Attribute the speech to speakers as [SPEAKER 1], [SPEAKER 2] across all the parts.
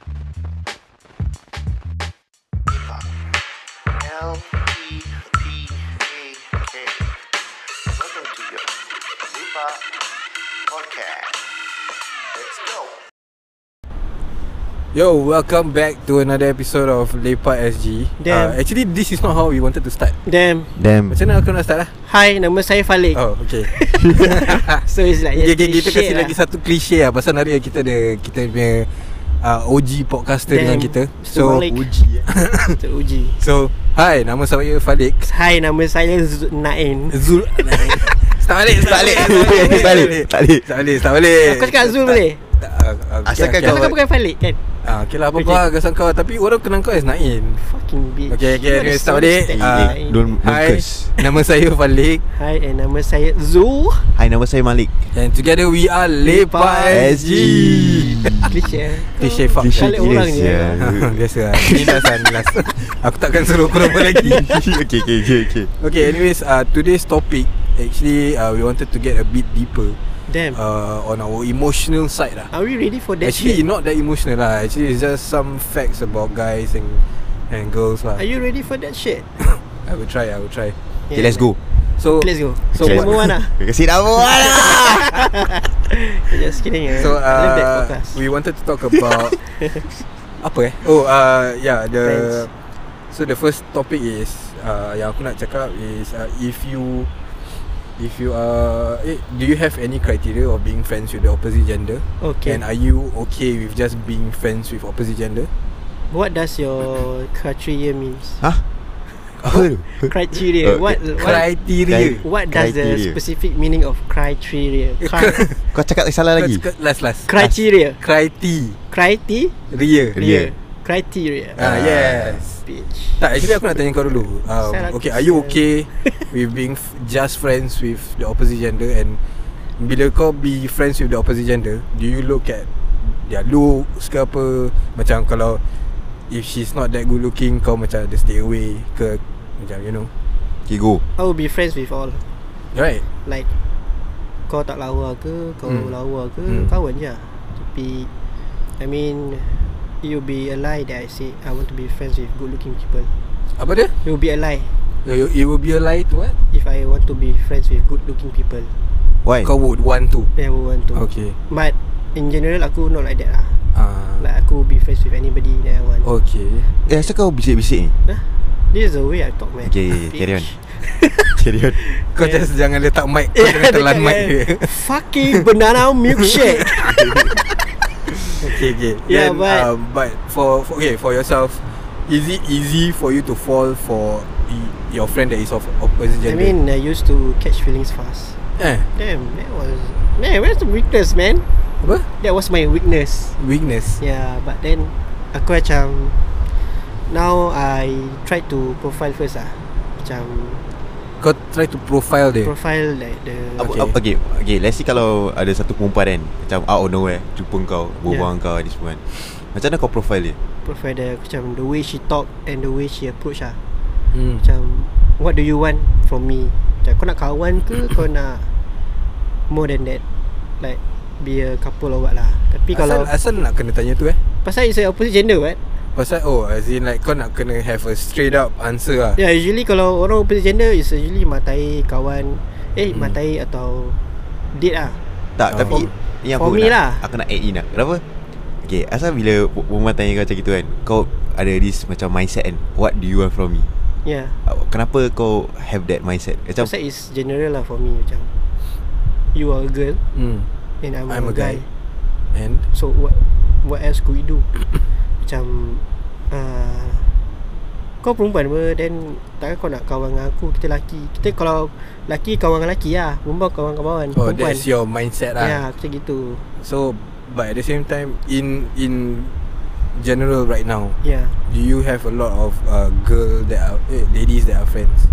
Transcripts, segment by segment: [SPEAKER 1] E LPPAA. Welcome to your Lipa podcast. Let's go.
[SPEAKER 2] Yo, welcome back to another episode of Lepak SG
[SPEAKER 3] Damn.
[SPEAKER 2] Uh, Actually, this is not how we wanted to start
[SPEAKER 3] Damn.
[SPEAKER 4] Damn
[SPEAKER 2] Macam mana aku nak start lah?
[SPEAKER 3] Hi, nama saya Falik. Oh.
[SPEAKER 2] Oh, okay
[SPEAKER 3] So it's like
[SPEAKER 2] okay, okay,
[SPEAKER 3] yesterday
[SPEAKER 2] Kita kasih
[SPEAKER 3] shit
[SPEAKER 2] lagi satu klise lah Pasal hari kita ada Kita punya uh, OG podcaster
[SPEAKER 3] Damn.
[SPEAKER 2] dengan kita
[SPEAKER 3] Mr. Malik.
[SPEAKER 2] OG
[SPEAKER 3] Mr. Uji.
[SPEAKER 2] So, hi, nama saya Falik
[SPEAKER 3] Hi, nama saya Z- Nain.
[SPEAKER 2] Zul Start balik, start balik
[SPEAKER 4] Tak balik, tak balik.
[SPEAKER 2] Start balik, start balik
[SPEAKER 3] Kau cakap Zul boleh?
[SPEAKER 2] Tak, ah, ah, okay,
[SPEAKER 4] Asalkan
[SPEAKER 2] okay,
[SPEAKER 3] Kau
[SPEAKER 4] kau-
[SPEAKER 3] kau bukan Falik kan?
[SPEAKER 2] ah, Okay lah, apa-apa lah Kesan kau Tapi orang kenal kau as Nain
[SPEAKER 3] Fucking bitch.
[SPEAKER 2] Okay, okay,
[SPEAKER 3] You are
[SPEAKER 2] okay,
[SPEAKER 3] the
[SPEAKER 2] start
[SPEAKER 3] soul
[SPEAKER 2] balik. Ah,
[SPEAKER 3] that is Naim.
[SPEAKER 4] Don't, don't
[SPEAKER 2] Hi,
[SPEAKER 4] curse
[SPEAKER 2] nama saya Falik
[SPEAKER 3] Hi, and nama saya Zul.
[SPEAKER 4] Hai nama saya Malik
[SPEAKER 2] And together we are Lepak SG
[SPEAKER 3] Cliche. eh?
[SPEAKER 2] Cliche fuck
[SPEAKER 4] Cliche
[SPEAKER 3] Balik orang eh?
[SPEAKER 4] gila
[SPEAKER 3] je.
[SPEAKER 2] Biasa
[SPEAKER 4] sia.
[SPEAKER 2] lah Ni last lah ni last Aku takkan suruh kurang lagi
[SPEAKER 4] okay, okay, okay, okay.
[SPEAKER 2] Okay anyways uh, Today's topic Actually uh, we wanted to get a bit deeper
[SPEAKER 3] Damn.
[SPEAKER 2] uh, On our emotional side lah
[SPEAKER 3] Are we ready for that
[SPEAKER 2] Actually
[SPEAKER 3] shit?
[SPEAKER 2] not that emotional lah Actually it's just some facts about guys and and girls lah
[SPEAKER 3] Are you ready for that shit?
[SPEAKER 2] I will try I will try
[SPEAKER 4] Okay, let's go.
[SPEAKER 2] So
[SPEAKER 3] Let's go.
[SPEAKER 2] So
[SPEAKER 3] So Let's
[SPEAKER 2] what-
[SPEAKER 3] move on lah.
[SPEAKER 4] Kasi dah buat lah.
[SPEAKER 3] Just kidding. eh.
[SPEAKER 2] So
[SPEAKER 3] I love that
[SPEAKER 2] uh,
[SPEAKER 3] podcast.
[SPEAKER 2] we wanted to talk about apa eh? Oh uh, yeah the
[SPEAKER 3] Friends.
[SPEAKER 2] so the first topic is uh, yang aku nak cakap is uh, if you if you are eh, do you have any criteria of being friends with the opposite gender
[SPEAKER 3] Okay.
[SPEAKER 2] and are you okay with just being friends with opposite gender?
[SPEAKER 3] What does your criteria means?
[SPEAKER 4] Hah?
[SPEAKER 3] Oh.
[SPEAKER 4] Apa tu?
[SPEAKER 3] Criteria.
[SPEAKER 4] Uh,
[SPEAKER 3] What? what
[SPEAKER 2] Criteria.
[SPEAKER 4] Cri-
[SPEAKER 3] What does the
[SPEAKER 4] Criteria.
[SPEAKER 3] specific meaning of criteria? Cri-
[SPEAKER 4] Kau cakap tak salah lagi?
[SPEAKER 2] Last last.
[SPEAKER 3] criteria.
[SPEAKER 2] Criteria.
[SPEAKER 3] Criteria.
[SPEAKER 4] Ria.
[SPEAKER 3] Criteria.
[SPEAKER 2] Ah yes.
[SPEAKER 3] Bitch.
[SPEAKER 2] Tak actually aku nak tanya kau dulu um,
[SPEAKER 3] Salah
[SPEAKER 2] Okay
[SPEAKER 3] aku
[SPEAKER 2] are you
[SPEAKER 3] sial.
[SPEAKER 2] okay With being f- just friends With the opposite gender And Bila kau be friends With the opposite gender Do you look at Their looks ke apa Macam kalau If she's not that good looking Kau macam ada stay away Ke Macam you know
[SPEAKER 4] Okay, go.
[SPEAKER 3] I will be friends with all.
[SPEAKER 2] Right
[SPEAKER 3] Like kau tak lawa ke, kau
[SPEAKER 2] Hmm.
[SPEAKER 3] lawa ke,
[SPEAKER 2] Hmm.
[SPEAKER 3] kawan je. lah. Tapi I mean it will be a lie that I say I want to be friends with good looking people.
[SPEAKER 2] Apa dia?
[SPEAKER 3] It will be a lie
[SPEAKER 2] You, you- it will be a lie to what?
[SPEAKER 3] if I want to be friends with good looking people.
[SPEAKER 4] Why?
[SPEAKER 2] Kau would want to
[SPEAKER 3] Then I will want to.
[SPEAKER 2] Okay
[SPEAKER 3] But in general aku not like that lah.
[SPEAKER 2] uh,
[SPEAKER 3] Like aku be friends with anybody that I want.
[SPEAKER 2] Okay
[SPEAKER 4] Eh, asal kau bisik-bisik ni?
[SPEAKER 3] This is the way I talk man.
[SPEAKER 4] Okay, okay, carry on.
[SPEAKER 3] Bitch.
[SPEAKER 4] Carry on.
[SPEAKER 2] Kau
[SPEAKER 3] Yeah.
[SPEAKER 2] just jangan letak mic Kau jangan telan mic dia
[SPEAKER 3] Fucking banana milkshake.
[SPEAKER 2] Okay, okay.
[SPEAKER 3] Yeah,
[SPEAKER 2] Then,
[SPEAKER 3] but-
[SPEAKER 2] um, but for, for okay for yourself, is it easy for you to fall for y- your friend that is of opposite
[SPEAKER 3] I
[SPEAKER 2] gender?
[SPEAKER 3] mean, I used to catch feelings fast.
[SPEAKER 2] eh,
[SPEAKER 3] Damn, that was man. Where's the weakness, man?
[SPEAKER 2] apa?
[SPEAKER 3] That was my weakness.
[SPEAKER 2] Weakness.
[SPEAKER 3] Yeah, but then aku macam now I try to profile first ah. Macam
[SPEAKER 2] Kau try to profile dia.
[SPEAKER 3] profile like the
[SPEAKER 4] Apa-
[SPEAKER 2] Okay.
[SPEAKER 4] apa- Okay. okay, let's see kalau ada satu perempuan kan Macam out of nowhere Jumpa kau, berbual yeah. kau ni semua kan Macam mana kau profile dia?
[SPEAKER 3] profile the macam the way she talk and the way she approach ah.
[SPEAKER 2] Hmm.
[SPEAKER 3] Macam what do you want from me? Macam kau nak kawan ke kau nak more than that? Like be a couple or what lah. Tapi kalau
[SPEAKER 2] Asal, asal nak kena tanya tu eh?
[SPEAKER 3] pasal it's a opposite gender what?
[SPEAKER 2] Pasal oh as in like kau nak kena have a straight up answer lah.
[SPEAKER 3] Ya yeah, usually kalau orang opposite gender is usually matai kawan Eh hmm. matai atau date lah
[SPEAKER 2] Oh.
[SPEAKER 4] Tak, oh. tapi
[SPEAKER 3] For-
[SPEAKER 4] ni
[SPEAKER 3] for
[SPEAKER 4] aku
[SPEAKER 3] me
[SPEAKER 4] nak,
[SPEAKER 3] lah.
[SPEAKER 4] Aku nak add in lah Kenapa? Okay, asal bila perempuan tanya kau macam gitu kan Kau ada this macam mindset kan What do you want from me?
[SPEAKER 3] Ya yeah.
[SPEAKER 4] Uh, Kenapa kau have that mindset? Macam
[SPEAKER 3] Pasal is general lah for me macam You are a girl
[SPEAKER 2] Hmm.
[SPEAKER 3] and I'm,
[SPEAKER 2] I'm a
[SPEAKER 3] a, guy.
[SPEAKER 2] guy. And
[SPEAKER 3] So what what else could we do? macam uh, Kau perempuan apa Then takkan kau nak kawan dengan aku Kita lelaki Kita kalau lelaki kawan dengan lelaki lah Perempuan kawan dengan kawan
[SPEAKER 2] oh
[SPEAKER 3] Perempuan
[SPEAKER 2] that's your mindset
[SPEAKER 3] Ya
[SPEAKER 2] lah.
[SPEAKER 3] yeah, macam gitu
[SPEAKER 2] So but at the same time in in general right now,
[SPEAKER 3] Ya yeah.
[SPEAKER 2] do you have a lot of uh, girl that are eh, ladies that are friends?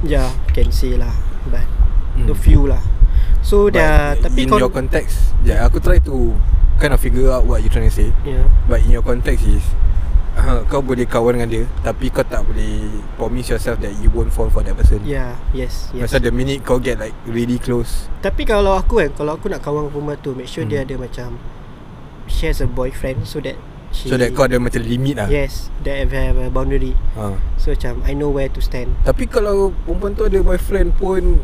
[SPEAKER 3] Ya yeah, can say lah But
[SPEAKER 2] Hmm.
[SPEAKER 3] The few lah So
[SPEAKER 2] But
[SPEAKER 3] dah Tapi
[SPEAKER 2] in
[SPEAKER 3] kau
[SPEAKER 2] your context yeah, Aku try to Kind of figure out What you trying to say
[SPEAKER 3] yeah.
[SPEAKER 2] But in your context is uh, Kau boleh kawan dengan dia Tapi kau tak boleh Promise yourself That you won't fall for that person
[SPEAKER 3] yeah ya, Yes yes
[SPEAKER 2] Pasal the minute kau get like Really close
[SPEAKER 3] Tapi kalau aku kan Kalau aku nak kawan dengan perempuan tu Make sure
[SPEAKER 2] Hmm.
[SPEAKER 3] dia ada macam She has a boyfriend So that she,
[SPEAKER 2] So that kau ada macam limit lah
[SPEAKER 3] Yes They have, have a boundary
[SPEAKER 2] ha.
[SPEAKER 3] So macam I know where to stand
[SPEAKER 2] Tapi kalau perempuan tu ada boyfriend pun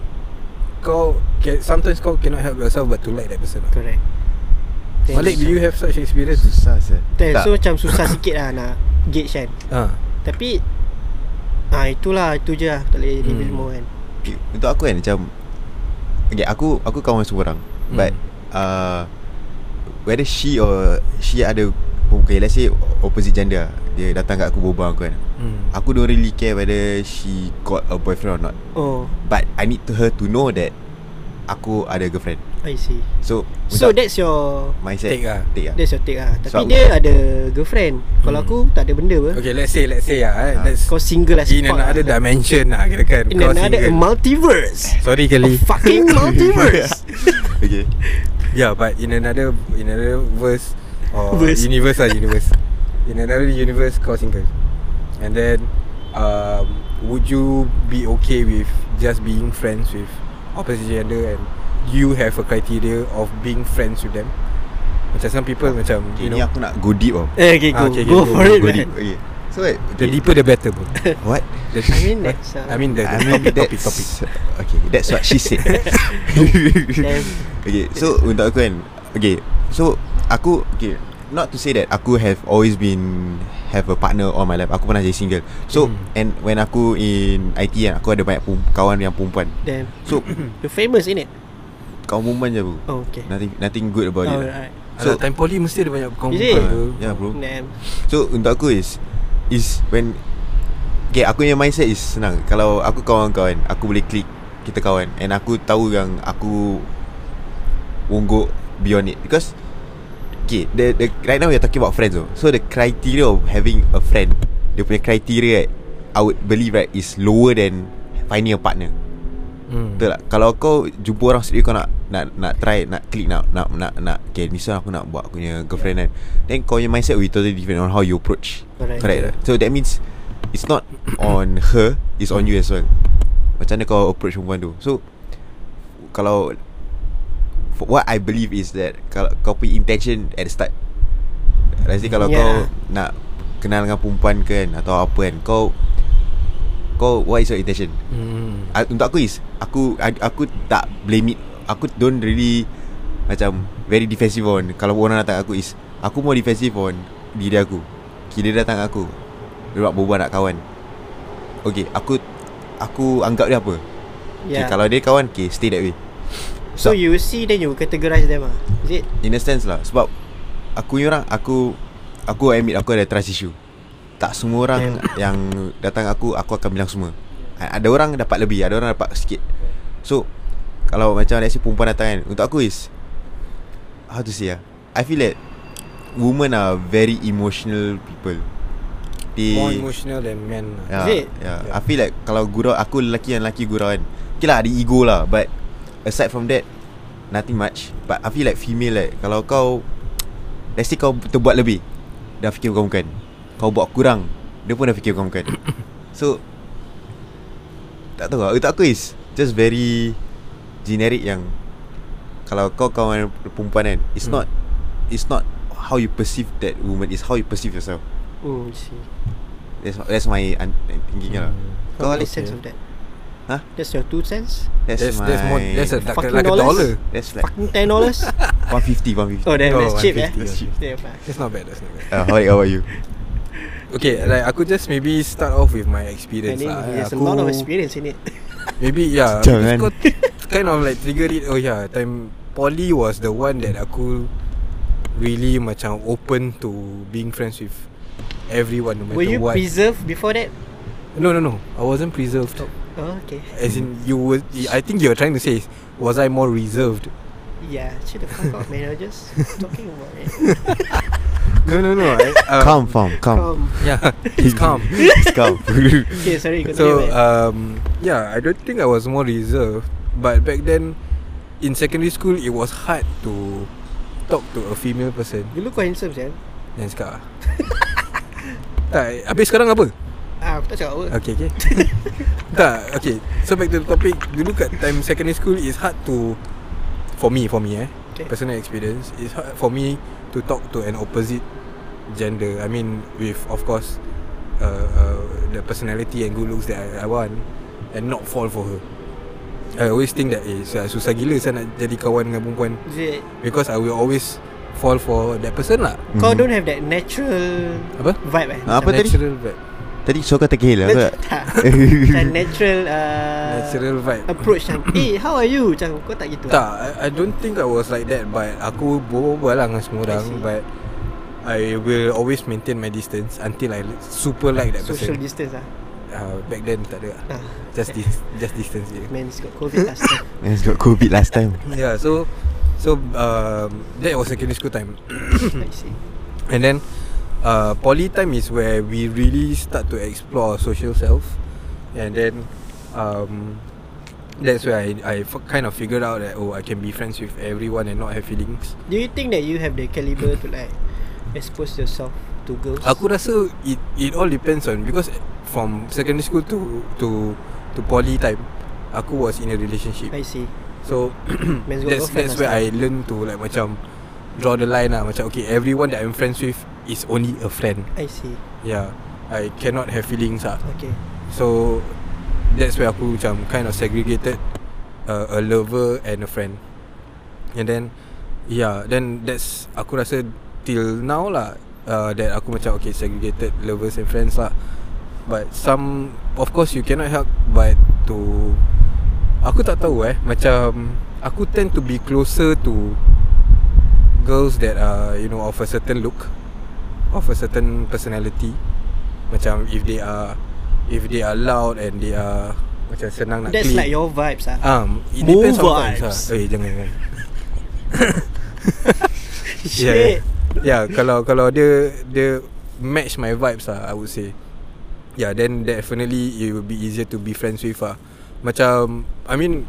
[SPEAKER 2] Kau can, Sometimes kau cannot help yourself But to like that person lah.
[SPEAKER 3] Correct Then
[SPEAKER 2] Malik do you have such experience?
[SPEAKER 4] Susah sah
[SPEAKER 3] Then, So macam susah sikit lah Nak gauge kan
[SPEAKER 2] Ha.
[SPEAKER 3] Tapi Ah itulah Itu je lah Tak boleh
[SPEAKER 2] Hmm.
[SPEAKER 3] reveal more kan
[SPEAKER 4] Okay, Untuk aku kan macam Okay aku Aku kawan semua orang
[SPEAKER 2] Hmm.
[SPEAKER 4] hmm. But uh, Whether she or She ada Okay let's say Opposite gender lah. Dia datang kat aku berbual aku kan
[SPEAKER 2] Hmm.
[SPEAKER 4] Aku don't really care whether She got a boyfriend or not
[SPEAKER 3] Oh
[SPEAKER 4] But I need to her to know that Aku ada girlfriend
[SPEAKER 3] I see
[SPEAKER 4] So
[SPEAKER 3] So
[SPEAKER 4] untuk
[SPEAKER 3] that's your
[SPEAKER 4] Mindset
[SPEAKER 2] Take lah
[SPEAKER 4] Take lah
[SPEAKER 3] That's your take lah Tapi
[SPEAKER 4] So,
[SPEAKER 3] dia ada girlfriend Kalau
[SPEAKER 2] Hmm.
[SPEAKER 3] aku tak ada benda apa
[SPEAKER 2] Okay let's say Let's say lah eh.
[SPEAKER 4] Ha.
[SPEAKER 2] Let's,
[SPEAKER 3] Kau single lah
[SPEAKER 2] in another
[SPEAKER 3] lah.
[SPEAKER 2] dimension lah Kira kan
[SPEAKER 3] In another multiverse
[SPEAKER 2] Sorry
[SPEAKER 3] A
[SPEAKER 2] kali
[SPEAKER 3] fucking multiverse
[SPEAKER 4] Okay
[SPEAKER 2] Yeah but in another In another verse Or
[SPEAKER 3] Verse.
[SPEAKER 2] universe lah universe In another universe Kau single And then um, Would you be okay with Just being friends with Opposite gender And you have a criteria Of being friends with them Macam some people Macam
[SPEAKER 4] Okay,
[SPEAKER 2] you
[SPEAKER 4] ni
[SPEAKER 2] know
[SPEAKER 4] aku nak go deep tau
[SPEAKER 3] Eh, okay,
[SPEAKER 2] Ah,
[SPEAKER 3] go,
[SPEAKER 2] okay, okay,
[SPEAKER 3] go,
[SPEAKER 2] go,
[SPEAKER 3] for
[SPEAKER 2] go,
[SPEAKER 3] it
[SPEAKER 4] Go
[SPEAKER 3] man
[SPEAKER 4] deep okay. So what
[SPEAKER 2] The deeper the better bro
[SPEAKER 4] What?
[SPEAKER 2] The,
[SPEAKER 3] I mean that's uh,
[SPEAKER 2] I mean the, the
[SPEAKER 4] I mean
[SPEAKER 2] topic, topic
[SPEAKER 4] that's
[SPEAKER 2] topic
[SPEAKER 4] Okay that's what she said
[SPEAKER 3] Then
[SPEAKER 4] Okay so untuk aku kan Okay so aku Okay Not to say that aku have always been Have a partner all my life Aku pernah jadi single So
[SPEAKER 2] Hmm.
[SPEAKER 4] and when aku in IT kan Aku ada banyak pum- kawan yang perempuan
[SPEAKER 3] Damn
[SPEAKER 4] So
[SPEAKER 3] You're famous in it
[SPEAKER 4] kawan perempuan je aku
[SPEAKER 3] Oh okay
[SPEAKER 4] Nothing nothing good about it lah.
[SPEAKER 3] Alright
[SPEAKER 2] So
[SPEAKER 4] So-
[SPEAKER 2] time poly mesti ada banyak kawan
[SPEAKER 3] Is
[SPEAKER 2] perempuan
[SPEAKER 3] it?
[SPEAKER 2] tu.
[SPEAKER 4] Yeah bro
[SPEAKER 3] Damn
[SPEAKER 4] So untuk aku is Is when Okay aku punya mindset is senang Kalau aku kawan-kawan Aku boleh klik Kita kawan And aku tahu yang Aku Won't go beyond it Because Okay the, the, Right now we're talking about friends though. So the criteria of having a friend Dia punya criteria right I would believe right Is lower than Finding a partner
[SPEAKER 2] Hmm.
[SPEAKER 4] Betul tak? Kalau kau jumpa orang sendiri kau nak nak nak try nak klik nak nak nak nak okay ni so aku nak buat aku punya girlfriend kan. Then kau punya mindset will be totally different on how you approach.
[SPEAKER 3] Correct.
[SPEAKER 4] Correct. tak? So that means it's not on her, it's on you as well. Macam mana kau approach perempuan tu. So kalau for what I believe is that kalau kau punya intention at the start. Let's say kalau
[SPEAKER 3] Yeah.
[SPEAKER 4] yeah. kau nak kenal dengan perempuan kan atau apa kan kau kau what is your intention?
[SPEAKER 2] Hmm.
[SPEAKER 4] I, untuk aku is aku I, aku tak blame it. Aku don't really macam very defensive on kalau orang datang aku is aku more defensive on diri aku. Kira dia datang aku. Dia buat berbual nak kawan. Okay, aku aku anggap dia apa? Yeah. Okay,
[SPEAKER 3] Yeah
[SPEAKER 4] kalau dia kawan, okay, stay that way.
[SPEAKER 3] So you see then you categorize them ah Is it
[SPEAKER 4] In a sense lah Sebab Aku ni orang Aku Aku admit aku ada trust issue Tak semua orang Yang datang aku Aku akan bilang semua A- Ada orang dapat lebih Ada orang dapat sikit So Kalau macam Let's say perempuan datang kan Untuk aku is How to say lah I feel that Women are very emotional people They
[SPEAKER 2] More emotional than men lah.
[SPEAKER 3] Is
[SPEAKER 4] yeah,
[SPEAKER 3] it?
[SPEAKER 4] Yeah.
[SPEAKER 2] Yeah.
[SPEAKER 4] yeah. I feel like Kalau gurau Aku lelaki yang lelaki gurau kan Okay lah ada ego lah But Aside from that Nothing much But I feel like female like Kalau kau Let's say kau terbuat lebih Dah fikir bukan-bukan Kau buat kurang Dia pun dah fikir bukan-bukan So Tak tahu lah Untuk aku is Just very Generic yang Kalau kau kawan perempuan kan It's
[SPEAKER 2] Hmm.
[SPEAKER 4] not It's not How you perceive that woman It's how you perceive yourself
[SPEAKER 3] Oh I see
[SPEAKER 4] That's, that's my un- thinking lah
[SPEAKER 3] How
[SPEAKER 4] Kau
[SPEAKER 3] many
[SPEAKER 4] ada
[SPEAKER 3] cents of that
[SPEAKER 4] Oh, Huh?
[SPEAKER 3] That's your two cents
[SPEAKER 4] That's,
[SPEAKER 2] That's,
[SPEAKER 4] my
[SPEAKER 2] that's more That's a, like, a-
[SPEAKER 3] Fucking
[SPEAKER 2] like a
[SPEAKER 3] dollars?
[SPEAKER 2] dollar
[SPEAKER 4] That's like
[SPEAKER 3] Fucking ten dollars
[SPEAKER 4] 150 150
[SPEAKER 3] Oh damn
[SPEAKER 2] Oh,
[SPEAKER 3] that's cheap eh
[SPEAKER 2] 150, that's cheap.
[SPEAKER 3] Damn lah
[SPEAKER 2] That's not bad That's not bad
[SPEAKER 4] uh, how, about- how about you?
[SPEAKER 2] Okay like aku just maybe Start off with my
[SPEAKER 3] And
[SPEAKER 2] experience
[SPEAKER 3] then
[SPEAKER 2] lah
[SPEAKER 3] there's a
[SPEAKER 2] Aku-
[SPEAKER 3] lot of experience in it
[SPEAKER 2] Maybe yeah
[SPEAKER 4] Jangan.
[SPEAKER 2] because Kau kind of like trigger it Oh yeah Time Poly was the one that aku Really macam open to Being friends with Everyone No matter
[SPEAKER 3] Were you
[SPEAKER 2] what
[SPEAKER 3] preserved before that?
[SPEAKER 2] No no no I wasn't preserved
[SPEAKER 3] Oh okay
[SPEAKER 2] As in you were I think you're trying to say is, Was I more reserved
[SPEAKER 3] Yeah chill the fuck out man I was just talking about it
[SPEAKER 2] No no no I, uh,
[SPEAKER 4] come from come
[SPEAKER 3] Um,
[SPEAKER 2] Yeah It's calm
[SPEAKER 4] come
[SPEAKER 3] Okay sorry continue
[SPEAKER 2] So
[SPEAKER 3] man.
[SPEAKER 2] um, yeah, I don't think I was more reserved, but back then in secondary school it was hard to talk to a female person.
[SPEAKER 3] You look quite handsome Sam
[SPEAKER 2] Jangan cakap lah. tak, habis sekarang apa?
[SPEAKER 3] Ah, aku tak cakap apa
[SPEAKER 2] Okay, okay. tak, okay. So back to the topic. Dulu kat time secondary school it's hard to for me, for me eh.
[SPEAKER 3] Okay.
[SPEAKER 2] Personal experience it's hard for me to talk to an opposite gender. I mean, with of course, uh, uh, the personality and good looks that I, I want, and not fall for her. I always think that eh, sia, susah gila saya nak jadi kawan dengan perempuan
[SPEAKER 3] Is it
[SPEAKER 2] because I will always fall for that person lah.
[SPEAKER 3] Kau
[SPEAKER 4] Mhm.
[SPEAKER 3] don't have that natural
[SPEAKER 2] Apa?
[SPEAKER 3] vibe eh
[SPEAKER 4] Ah,
[SPEAKER 3] macam-
[SPEAKER 4] Apa tadi?
[SPEAKER 2] natural vibe.
[SPEAKER 4] Tadi so kau terkehil
[SPEAKER 3] Nat-
[SPEAKER 4] apa?
[SPEAKER 3] Tak Macam natural uh,
[SPEAKER 2] Natural vibe.
[SPEAKER 3] Approach macam Eh how are you Macam kau tak gitu ah."
[SPEAKER 2] Tak, I, I don't think I was like that But aku berbual lah dengan semua orang
[SPEAKER 3] I see.
[SPEAKER 2] But I will always maintain my distance Until I super like that
[SPEAKER 3] Social
[SPEAKER 2] person
[SPEAKER 3] distance lah
[SPEAKER 2] uh, Back then tak ada lah
[SPEAKER 3] Ah.
[SPEAKER 2] Just, dis- just distance je
[SPEAKER 3] Man it's got covid lah, last time
[SPEAKER 4] It's got COVID last time
[SPEAKER 2] Yeah, so So um, That was secondary school time
[SPEAKER 3] I see
[SPEAKER 2] And then uh, Poly time is where we really start to explore our social self And then um, That's where I, I f- kind of figured out that Oh, I can be friends with everyone and not have feelings
[SPEAKER 3] Do you think that you have the caliber to like Expose yourself to girls
[SPEAKER 2] Aku rasa it it all depends on because from secondary school to to to poly time, aku was in a relationship.
[SPEAKER 3] I see
[SPEAKER 2] So
[SPEAKER 3] Man's got
[SPEAKER 2] that's
[SPEAKER 3] girlfriend
[SPEAKER 2] that's where
[SPEAKER 3] lah
[SPEAKER 2] I learn to like macam draw the line lah macam okay everyone that I'm friends with is only a friend.
[SPEAKER 3] I see
[SPEAKER 2] Yeah, I cannot have feelings ah.
[SPEAKER 3] Okay
[SPEAKER 2] So that's where aku macam kind of segregated uh, a lover and a friend. And then yeah, then that's aku rasa till now lah uh, that aku macam okay segregated lovers and friends lah. But some of course you cannot help but to aku tak tahu eh macam aku tend to be closer to girls that are you know of a certain look of a certain personality macam if they are if they are loud and they are macam senang nak
[SPEAKER 3] That's
[SPEAKER 2] click.
[SPEAKER 3] like your vibes ah
[SPEAKER 2] Um, it
[SPEAKER 3] Move
[SPEAKER 2] depends on times
[SPEAKER 3] vibes.
[SPEAKER 2] lah. Eh, jangan jangan. Yeah, yeah.
[SPEAKER 3] Shit
[SPEAKER 2] yeah, Ya, kalau kalau dia dia match my vibes lah, I would say. Yeah, then definitely it will be easier to be friends with lah. Macam, I mean,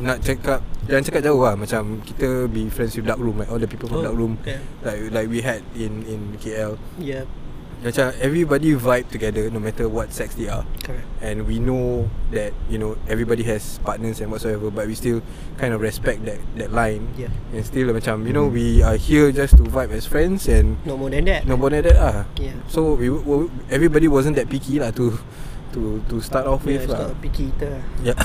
[SPEAKER 2] nak cakap jangan cakap jauh lah. Macam kita be friends with dark room, like all the people from
[SPEAKER 3] Oh,
[SPEAKER 2] dark room,
[SPEAKER 3] yeah.
[SPEAKER 2] like like we had in in KL.
[SPEAKER 3] Yeah
[SPEAKER 2] Macam everybody vibe together, no matter what sex they are.
[SPEAKER 3] Correct
[SPEAKER 2] and we know that you know everybody has partners and whatsoever but we still kind of respect that that line
[SPEAKER 3] Yeah.
[SPEAKER 2] and still macam you know we are here just to vibe as friends and
[SPEAKER 3] No more than that
[SPEAKER 2] no more than that ah
[SPEAKER 3] Yeah
[SPEAKER 2] so we, we everybody wasn't that picky lah to to to start off
[SPEAKER 3] Yeah,
[SPEAKER 2] with
[SPEAKER 3] it's
[SPEAKER 2] lah
[SPEAKER 3] not a picky eater lah.
[SPEAKER 2] yeah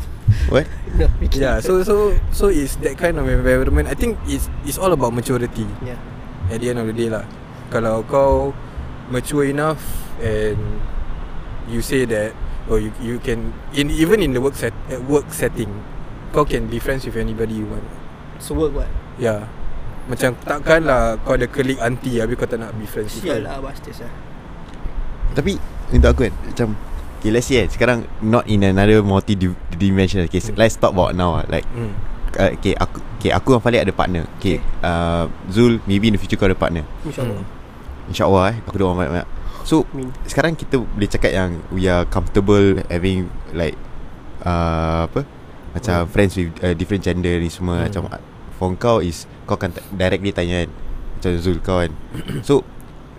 [SPEAKER 4] What?
[SPEAKER 3] No, picky
[SPEAKER 2] yeah so
[SPEAKER 3] eater.
[SPEAKER 2] so so it's that kind of environment I think it's it's all about maturity
[SPEAKER 3] Yeah
[SPEAKER 2] at the end of the day lah kalau kau mature enough and you say that or you you can in even in the work set at work setting kau can be friends with anybody you want
[SPEAKER 3] So work what?
[SPEAKER 2] yeah macam takkan lah kau ada colleague auntie habis kau tak nak be friends with
[SPEAKER 3] Sial
[SPEAKER 2] her
[SPEAKER 3] lah bastards lah
[SPEAKER 4] Tapi Untuk aku kan Macam Okay let's see eh Sekarang not in another multi-dimensional case
[SPEAKER 2] Hmm.
[SPEAKER 4] Let's talk about now lah. Like
[SPEAKER 2] hmm.
[SPEAKER 4] uh, Okay aku Okay aku dan Falik ada partner Okay,
[SPEAKER 3] Okay.
[SPEAKER 4] Uh, Zul Maybe in the future kau ada partner
[SPEAKER 2] Hmm.
[SPEAKER 3] InsyaAllah
[SPEAKER 4] InsyaAllah eh Aku doa banyak-banyak So
[SPEAKER 3] Amin
[SPEAKER 4] Sekarang kita boleh cakap yang We are comfortable Having like uh, Apa Macam
[SPEAKER 2] Hmm.
[SPEAKER 4] friends with uh, Different gender ni semua
[SPEAKER 2] Hmm.
[SPEAKER 4] Macam uh, For kau is Kau akan t- directly tanya kan Macam Zul kau kan So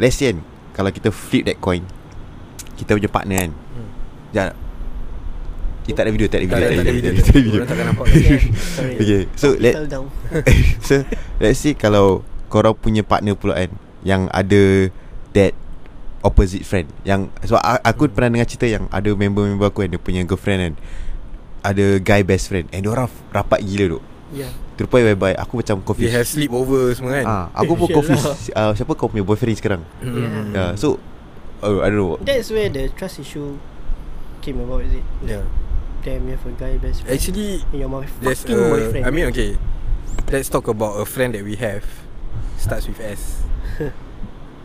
[SPEAKER 4] Let's say kan Kalau kita flip that coin Kita punya partner kan
[SPEAKER 2] Hmm.
[SPEAKER 4] Sekejap Eh, tak ada video Tak ada video
[SPEAKER 2] Tak ada- tak ada video,
[SPEAKER 4] Tak ada video
[SPEAKER 2] orang takkan nampak
[SPEAKER 3] Yeah, sorry
[SPEAKER 4] Okay So let,
[SPEAKER 3] Fell down
[SPEAKER 4] so let's say kalau korang punya partner pula kan yang ada that opposite friend yang sebab so, aku hmm. pernah dengar cerita yang ada member-member aku kan dia punya girlfriend kan ada guy best friend and orang rapat gila tu
[SPEAKER 3] Yeah
[SPEAKER 4] to the point whereby aku macam
[SPEAKER 2] they
[SPEAKER 4] confused
[SPEAKER 2] have sleepover semua kan
[SPEAKER 4] ah, aku pun
[SPEAKER 3] Shit
[SPEAKER 4] confused uh, siapa kau punya boyfriend sekarang
[SPEAKER 2] Hmm.
[SPEAKER 3] Yeah.
[SPEAKER 4] hmm. yeah, so uh, I don't know
[SPEAKER 3] That's where the trust issue Came about is it
[SPEAKER 2] yeah
[SPEAKER 3] Damn you have a guy best friend
[SPEAKER 2] actually
[SPEAKER 3] And You're my
[SPEAKER 2] there's
[SPEAKER 3] fucking
[SPEAKER 2] a,
[SPEAKER 3] boyfriend
[SPEAKER 2] I mean okay let's talk about a friend that we have starts with S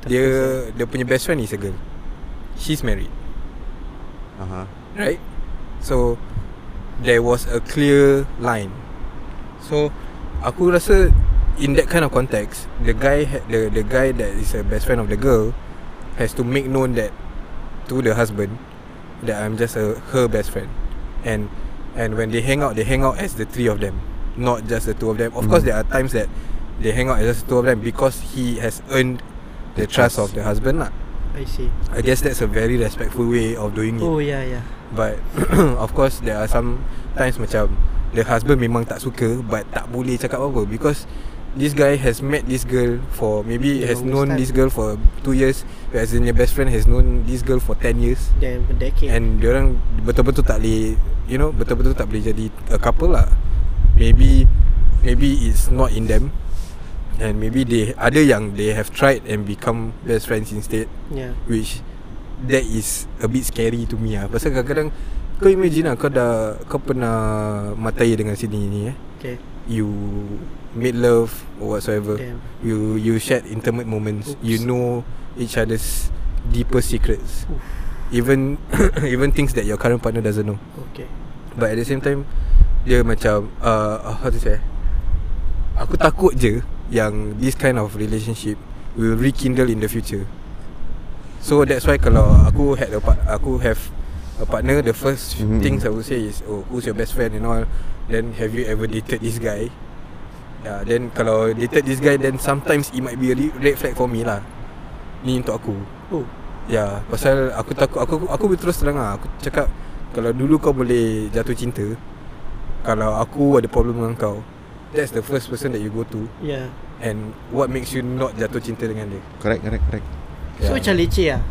[SPEAKER 2] dia dia punya best friend is a girl she's married
[SPEAKER 4] uh-huh.
[SPEAKER 2] right? So there was a clear line. So aku rasa in that kind of context, the guy ha- the the guy that is a best friend of the girl has to make known that to the husband that I'm just a, her best friend. And and when they hang out, they hang out as the three of them, not just the two of them. Of course, there are times that they hang out as just the two of them because he has earned the,
[SPEAKER 4] The
[SPEAKER 2] trust, of
[SPEAKER 4] trust.
[SPEAKER 2] the husband. Lah.
[SPEAKER 3] I see
[SPEAKER 2] I guess that's a very respectful way of doing it.
[SPEAKER 3] Oh yeah yeah
[SPEAKER 2] But of course there are some times macam the husband memang tak suka but tak boleh cakap apa-apa because this guy has met this girl for maybe
[SPEAKER 3] The
[SPEAKER 2] has
[SPEAKER 3] longest
[SPEAKER 2] known
[SPEAKER 3] time.
[SPEAKER 2] this girl for two years, whereas in your best friend has known this girl for 10 years.
[SPEAKER 3] Damn a decade
[SPEAKER 2] And diorang betul-betul tak boleh You know Betul-betul tak boleh jadi A couple lah Maybe Maybe it's not in them And maybe they Ada yang they have tried And become best friends instead
[SPEAKER 3] Yeah
[SPEAKER 2] Which That is A bit scary to me lah Pasal kadang-kadang Kau imagine lah Kau dah Kau pernah Matai dengan sini ni eh
[SPEAKER 3] Okay
[SPEAKER 2] You Made love Or whatsoever
[SPEAKER 3] Damn
[SPEAKER 2] You you shared intimate moments.
[SPEAKER 3] Oops.
[SPEAKER 2] You know each other's deeper secrets.
[SPEAKER 3] Oof.
[SPEAKER 2] Even even things that your current partner doesn't know.
[SPEAKER 3] Okay
[SPEAKER 2] But at the same time dia macam uh, how to say? Aku takut je yang this kind of relationship will rekindle in the future. So that's why kalau aku had a part, aku have a partner the first
[SPEAKER 4] Mhm.
[SPEAKER 2] mm-hmm. things I would say is oh who's your best friend and all then have you ever dated this guy? Yeah, then kalau dated this guy then sometimes it might be a re- red flag for me lah. Ni untuk aku.
[SPEAKER 3] Oh
[SPEAKER 2] Ya, pasal aku takut aku aku, aku terus terang lah. Aku cakap kalau dulu kau boleh jatuh cinta, kalau aku ada problem dengan kau, that's the first person that you go to
[SPEAKER 3] Yeah
[SPEAKER 2] and what makes you not jatuh cinta dengan dia.
[SPEAKER 4] Correct correct correct
[SPEAKER 2] Ya.
[SPEAKER 3] So macam leceh lah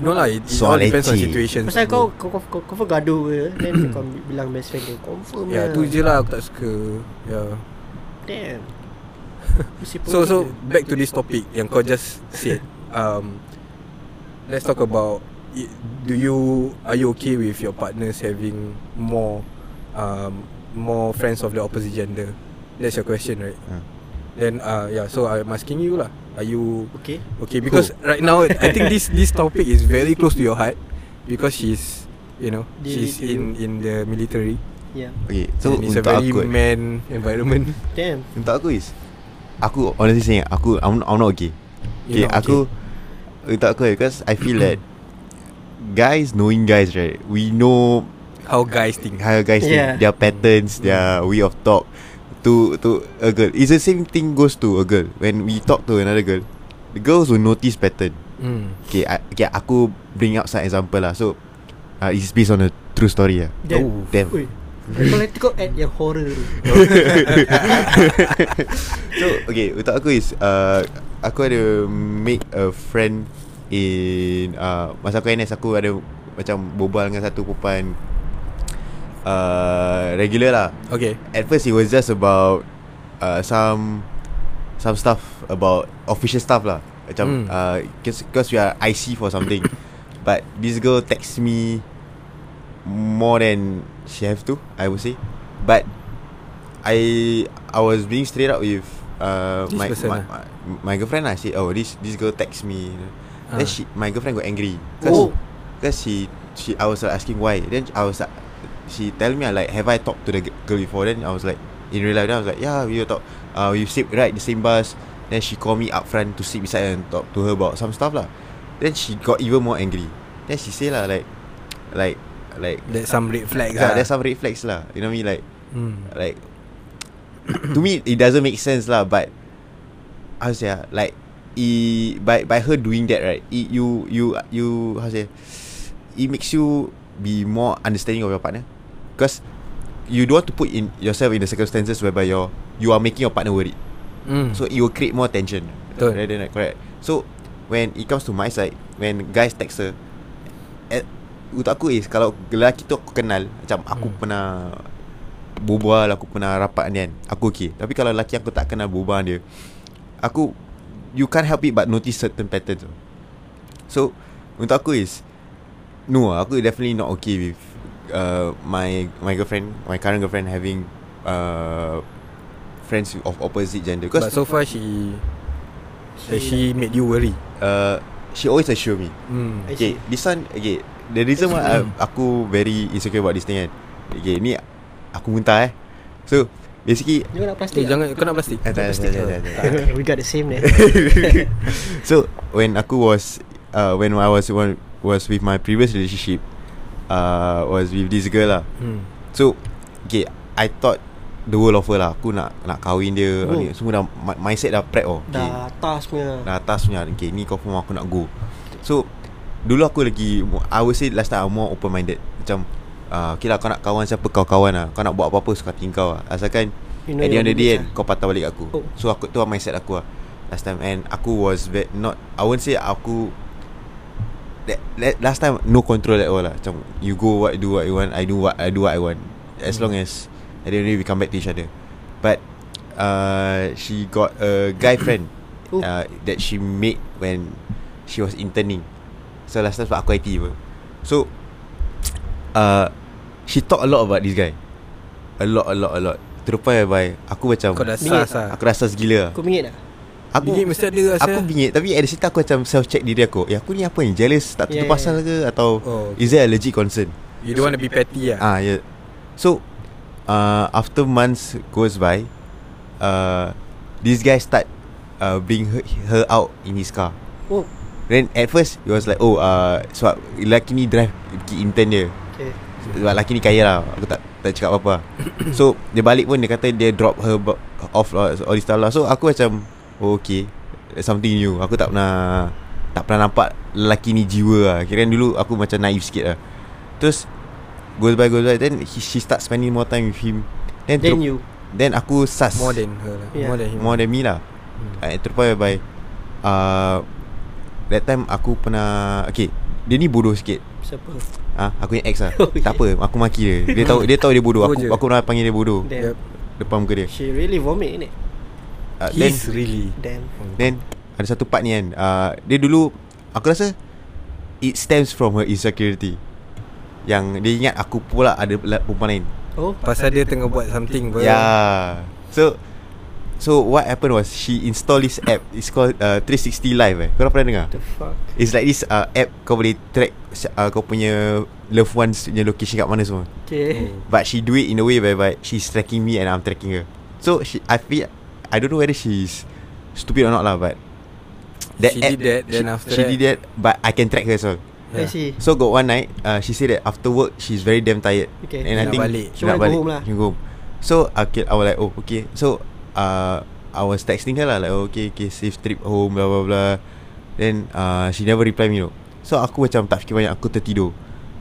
[SPEAKER 2] no lah, it, it
[SPEAKER 4] So
[SPEAKER 2] all depends on
[SPEAKER 4] leceh.
[SPEAKER 2] situation.
[SPEAKER 3] Pasal kau kau kau, kau, kau gaduh ke Then kau bilang best friend dia Confirm
[SPEAKER 2] Ya,
[SPEAKER 3] lah
[SPEAKER 2] tu je lah aku tak suka. Ya.
[SPEAKER 3] Damn Mesti
[SPEAKER 2] So
[SPEAKER 3] pergi
[SPEAKER 2] so
[SPEAKER 3] dia.
[SPEAKER 2] back to this topic yang kau just said. Um let's talk about i- do you are you okay with your partners having more um more friends of the opposite gender? That's your question, right?
[SPEAKER 4] Ah.
[SPEAKER 2] Then uh yeah, so I'm asking you lah. Are you
[SPEAKER 3] Okay
[SPEAKER 2] okay because right now I think this this topic is very close to your heart because she's you know
[SPEAKER 3] Did
[SPEAKER 2] she's
[SPEAKER 3] you-
[SPEAKER 2] in in the military.
[SPEAKER 3] Yeah
[SPEAKER 4] Okay so
[SPEAKER 2] and it's a
[SPEAKER 4] untuk
[SPEAKER 2] very
[SPEAKER 4] aku eh,
[SPEAKER 2] man environment.
[SPEAKER 3] Damn
[SPEAKER 4] Untuk aku is Aku honestly saying Aku I'm, I'm not okay Okay,
[SPEAKER 2] You're not
[SPEAKER 4] aku Untuk aku eh, Because I feel that Guys knowing guys right We know
[SPEAKER 2] how guys think.
[SPEAKER 4] How guys
[SPEAKER 3] Yeah.
[SPEAKER 4] think Their patterns
[SPEAKER 2] Mm.
[SPEAKER 4] Their way of talk To to a girl It's the same thing goes to a girl When we talk to another girl The girls will notice pattern
[SPEAKER 2] Mm.
[SPEAKER 4] Okay, I, okay aku bring up some example lah So uh, It's based on a true story lah
[SPEAKER 3] Damn
[SPEAKER 2] Oh.
[SPEAKER 4] Damn
[SPEAKER 3] Ui Kalau nanti kau add yang horror tu
[SPEAKER 4] So okay Untuk aku is uh, Aku ada Make a friend In uh, Masa aku NS Aku ada Macam berbual dengan satu perempuan uh, Regular lah
[SPEAKER 2] Okay.
[SPEAKER 4] At first it was just about uh, Some Some stuff About Official stuff lah Macam
[SPEAKER 2] Mm.
[SPEAKER 4] uh, cause, cause we are IC for something But this girl text me More than She have to I would say But I I was being straight up with uh,
[SPEAKER 2] This
[SPEAKER 4] my,
[SPEAKER 2] person
[SPEAKER 4] my, my my girlfriend lah. I said, oh this this girl text me.
[SPEAKER 2] Ah.
[SPEAKER 4] Then she my girlfriend got angry.
[SPEAKER 2] Oh.
[SPEAKER 4] Cause, cause she she I was like, asking why. Then I was like, she tell me I like have I talked to the g- girl before? Then I was like in real life. Then I was like yeah we were talk. Uh, we sleep right the same bus. Then she call me up front to sit beside her and talk to her about some stuff lah. Then she got even more angry. Then she say lah like like like
[SPEAKER 2] There's some red flags lah.
[SPEAKER 4] yeah, there's some red flags lah. You know what I mean like
[SPEAKER 2] Hmm.
[SPEAKER 4] like to me it doesn't make sense lah but how to say ah, like it, by by her doing that right it, you you you how to say it makes you be more understanding of your partner because you don't want to put in yourself in the circumstances whereby you're you are making your partner worried
[SPEAKER 2] Mm.
[SPEAKER 4] so it will create more tension
[SPEAKER 2] Betul.
[SPEAKER 4] rather than correct so when it comes to my side when guys text her at, untuk aku is kalau lelaki tu aku kenal macam aku
[SPEAKER 2] Hmm.
[SPEAKER 4] pernah berbual aku pernah rapat dengan dia kan aku okay tapi kalau lelaki aku tak kenal berbual dia aku you can't help it but notice certain patterns tau. so untuk aku is no ah, aku definitely not okay with uh, my my girlfriend my current girlfriend having uh, friends of opposite gender
[SPEAKER 2] But
[SPEAKER 4] because
[SPEAKER 2] so far she she, she made you worry.
[SPEAKER 4] uh, she always assure me.
[SPEAKER 2] Mm.
[SPEAKER 3] I
[SPEAKER 4] Okay,
[SPEAKER 3] see.
[SPEAKER 4] this one okay. The reason why I, aku very insecure about this thing kan. Okay, ni aku muntah eh. So basically
[SPEAKER 3] Ni kau
[SPEAKER 2] Eh,
[SPEAKER 3] nak plastik tak?
[SPEAKER 2] jangan kena plastik.
[SPEAKER 4] Eh, tak, tak, tak, tak, tak, tak.
[SPEAKER 3] We got the same eh. there
[SPEAKER 4] so when aku was uh, when I was one was with my previous relationship uh, was with this girl lah.
[SPEAKER 2] Hmm.
[SPEAKER 4] So Okay I thought The world of her lah Aku nak nak kahwin dia
[SPEAKER 3] Oh.
[SPEAKER 4] oh. ni, Semua dah mi- Mindset dah prep oh. okay.
[SPEAKER 3] Dah atas punya
[SPEAKER 4] Dah atas punya Okay ni confirm aku nak go So Dulu aku lagi I would say last time I'm more ah, open minded Macam uh, Okay lah kau nak kawan siapa kau kawan lah Kau nak buat apa-apa suka hati kau lah Asalkan
[SPEAKER 3] You
[SPEAKER 4] At the end of the day
[SPEAKER 3] limits
[SPEAKER 4] kan Kau patah balik aku
[SPEAKER 3] Oh.
[SPEAKER 4] oh. So aku tu mindset aku lah Last time And aku was ve- not I won't say aku that, that, Last time No control at all lah Macam You go what do what you want I do what I do what I want As
[SPEAKER 3] Hmm.
[SPEAKER 4] long as At the end of the day we come back to each other But uh, She got a guy friend
[SPEAKER 3] Oh.
[SPEAKER 4] uh, That she made When She was interning So last time sebab aku IT pun So uh, She talk a lot about this guy A lot a lot a lot To the point whereby Aku macam
[SPEAKER 2] Kau dah
[SPEAKER 3] Bingit
[SPEAKER 2] sas lah
[SPEAKER 4] Aku rasa
[SPEAKER 3] lah.
[SPEAKER 4] segila
[SPEAKER 3] Kau bingit tak?
[SPEAKER 4] Aku
[SPEAKER 2] Bingit mesti ada lah, eh. rasa
[SPEAKER 4] Aku bingit Tapi at the same time Aku macam self check diri aku Eh aku ni apa ni Jealous tak tentu
[SPEAKER 3] Yeah,
[SPEAKER 4] pasal ke Atau
[SPEAKER 2] Oh, okay.
[SPEAKER 4] Is there a legit concern
[SPEAKER 2] You don't want to be petty lah
[SPEAKER 4] Ah yeah So uh, After months goes by uh, This guy start uh, Bring her, her out In his car
[SPEAKER 3] Oh
[SPEAKER 4] Then at first It was like Oh uh, Sebab lelaki ni drive Pergi intern dia
[SPEAKER 3] Okay
[SPEAKER 4] sebab lelaki ni kaya lah Aku tak tak cakap apa-apa lah. So dia balik pun Dia kata dia drop her bo- Off lah All this stuff lah So aku macam Oh okay That's Something new Aku tak pernah Tak pernah nampak Lelaki ni jiwa lah Kira dulu aku macam naif sikit lah Terus Goes by goes by Then he, she start spending more time with him Then
[SPEAKER 3] Then
[SPEAKER 4] then,
[SPEAKER 3] you
[SPEAKER 4] then aku sas
[SPEAKER 2] More than her lah
[SPEAKER 3] Yeah.
[SPEAKER 2] More than him
[SPEAKER 4] More than me lah
[SPEAKER 2] Hmm.
[SPEAKER 4] uh, To the point whereby uh, That time aku pernah Okay Dia ni bodoh sikit
[SPEAKER 3] Siapa?
[SPEAKER 4] Ah, aku yang ex lah.
[SPEAKER 3] Okay.
[SPEAKER 4] Tak apa, aku maki dia. Dia tahu dia tahu dia bodoh.
[SPEAKER 2] Go Oh,
[SPEAKER 4] Aku
[SPEAKER 2] je.
[SPEAKER 4] aku pernah panggil dia bodoh
[SPEAKER 3] Damn
[SPEAKER 2] Yep.
[SPEAKER 4] depan muka dia.
[SPEAKER 3] She really vomit ni
[SPEAKER 4] Uh, then
[SPEAKER 2] He's really
[SPEAKER 3] Damn
[SPEAKER 4] then ada satu part ni kan. Uh, dia dulu aku rasa it stems from her insecurity. Yang dia ingat aku pula ada la- perempuan lain.
[SPEAKER 3] Oh
[SPEAKER 2] Pasal dia tengah buat something Oh,
[SPEAKER 4] Ya.
[SPEAKER 2] pun
[SPEAKER 4] Yeah. So So what happened was she install this app. It's called uh, 360 Live eh. Kau pernah dengar?
[SPEAKER 3] The fuck
[SPEAKER 4] It's like this uh, app kau boleh track uh, kau punya loved ones punya location kat mana semua.
[SPEAKER 3] Okay
[SPEAKER 4] But she do it in a way whereby she's tracking me and I'm tracking her. So she, I feel, I don't know whether she's stupid or not lah, but that
[SPEAKER 2] She
[SPEAKER 4] app,
[SPEAKER 2] did that, then
[SPEAKER 4] she,
[SPEAKER 2] after
[SPEAKER 4] she
[SPEAKER 2] that-
[SPEAKER 4] did that, but I can track her as well.
[SPEAKER 3] I see
[SPEAKER 4] So got one night, uh, she said that after work she's very damn tired,
[SPEAKER 3] Okay.
[SPEAKER 4] and I
[SPEAKER 2] Nak
[SPEAKER 4] think
[SPEAKER 2] balik.
[SPEAKER 3] She
[SPEAKER 4] she nak
[SPEAKER 3] wanna go
[SPEAKER 4] balik.
[SPEAKER 3] home lah.
[SPEAKER 4] She go home. So okay, I was like, oh okay. So uh, I was texting her lah, like oh, okay, okay, safe trip home, blah blah blah. Then uh, she never reply me, you know. So aku macam tak fikir banyak, aku tertidur.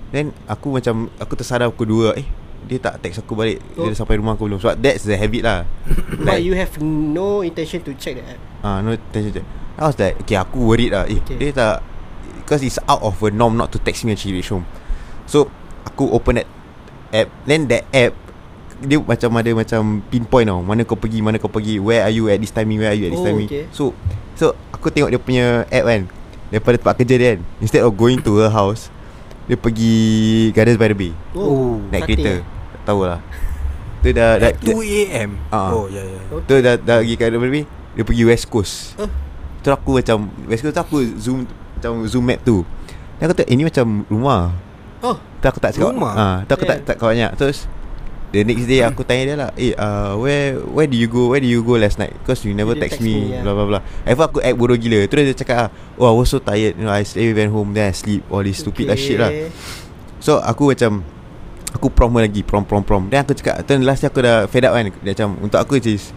[SPEAKER 4] Then aku macam aku tersadar pukul 2 Eh dia tak text aku balik
[SPEAKER 3] Oh.
[SPEAKER 4] oh. Dia dah sampai rumah aku belum Sebab that's the habit lah
[SPEAKER 3] But you have no intention to check that app
[SPEAKER 4] Ah, uh, no attention I was like Okay aku worried lah Eh
[SPEAKER 3] Okay.
[SPEAKER 4] okay. dia tak Because it's out of her norm Not to text me when she reach home So Aku open that App Then that app Dia macam ada Macam pinpoint tau Mana kau pergi Mana kau pergi Where are you at this timing Where are you at this
[SPEAKER 3] Oh,
[SPEAKER 4] timing
[SPEAKER 3] okay.
[SPEAKER 4] So So aku tengok dia punya app kan Daripada tempat kerja dia kan Instead of going to her house Dia pergi Gardens by the Bay
[SPEAKER 2] Oh.
[SPEAKER 4] Naik
[SPEAKER 3] Satay
[SPEAKER 4] kereta
[SPEAKER 3] eh?
[SPEAKER 4] Tak tahulah Tu dah, dah
[SPEAKER 2] At 2am
[SPEAKER 4] Ah.
[SPEAKER 2] Oh ya ya
[SPEAKER 4] Tu dah, dah pergi kat mana ni Dia pergi West Coast
[SPEAKER 3] Eh.
[SPEAKER 4] Tu aku macam West Coast tu aku zoom Macam zoom map tu Dan aku tengok eh, ni macam rumah
[SPEAKER 3] Oh
[SPEAKER 4] Tu aku tak cakap
[SPEAKER 2] Rumah?
[SPEAKER 4] ha, Tu aku tak,
[SPEAKER 3] Yeah.
[SPEAKER 4] tak cakap banyak Terus The next day aku tanya dia lah Eh uh, where Where do you go Where do you go last night Because you never
[SPEAKER 3] Dia
[SPEAKER 4] text, me,
[SPEAKER 3] yeah.
[SPEAKER 4] Blah blah blah At first aku act bodoh gila Terus dia cakap ah, Oh I was so tired You know I stay went home Then I sleep All this stupid okay. lah shit lah So aku macam Aku prom her lagi Prom prom prom Then aku cakap Then last day aku dah fed up kan Dia macam Untuk aku is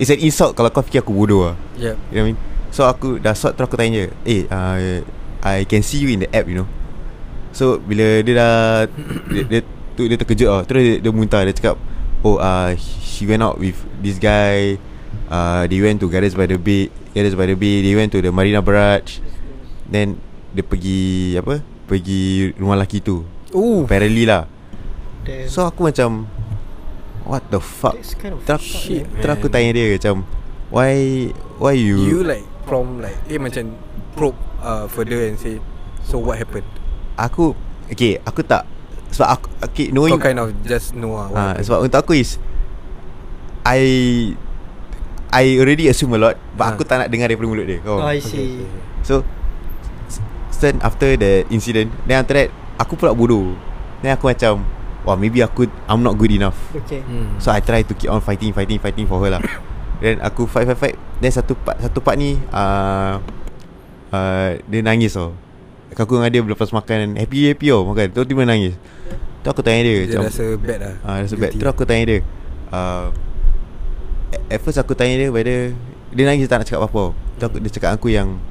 [SPEAKER 4] It's an insult Kalau kau fikir aku bodoh lah
[SPEAKER 2] Yep
[SPEAKER 4] You know what I mean So aku dah sort Terus aku tanya dia, Eh uh, I can see you in the app you know So bila dia dah Dia, dia, tu, dia terkejut lah Terus dia, dia muntah Dia cakap Oh uh, She went out with This guy uh, They went to Gardens by the Bay Gardens by the Bay They went to the Marina Barrage Then Dia pergi Apa Pergi rumah lelaki tu
[SPEAKER 2] Oh
[SPEAKER 4] Apparently lah
[SPEAKER 3] Damn
[SPEAKER 4] So aku macam What the fuck
[SPEAKER 3] That's kind of
[SPEAKER 4] Terus
[SPEAKER 2] Shit,
[SPEAKER 4] aku- terus aku
[SPEAKER 2] man.
[SPEAKER 4] tanya dia macam Why Why you,
[SPEAKER 2] You like From like Eh macam Probe uh, Further and say So what happened
[SPEAKER 4] Aku Okay aku tak Sebab aku okay, Knowing
[SPEAKER 2] Kau kind of Just know lah what
[SPEAKER 4] ha,
[SPEAKER 2] happened.
[SPEAKER 4] Sebab untuk aku is I I already assume a lot But
[SPEAKER 2] Ah.
[SPEAKER 4] aku tak nak dengar daripada mulut dia kau
[SPEAKER 3] Oh
[SPEAKER 4] faham?
[SPEAKER 3] I
[SPEAKER 2] Okay, okay,
[SPEAKER 3] see
[SPEAKER 2] okay.
[SPEAKER 4] So s- Then after the incident Then after that Aku pula bodoh Then aku macam Wah maybe aku I'm not good enough
[SPEAKER 3] Okay
[SPEAKER 2] Hmm.
[SPEAKER 4] So I try to keep on fighting Fighting fighting for her lah Then aku fight fight fight Then satu part Satu part ni uh, uh, Dia nangis tau Aku dengan dia lepas makan Happy happy tau makan Terus tiba nangis Tu aku tanya dia,
[SPEAKER 2] Dia rasa bad lah
[SPEAKER 4] Ah, rasa bad.
[SPEAKER 2] Guilty.
[SPEAKER 4] Terus aku tanya dia. Uh, at- at first aku tanya dia whether dia nangis dia tak nak cakap apa-apa. Terus aku, dia cakap aku yang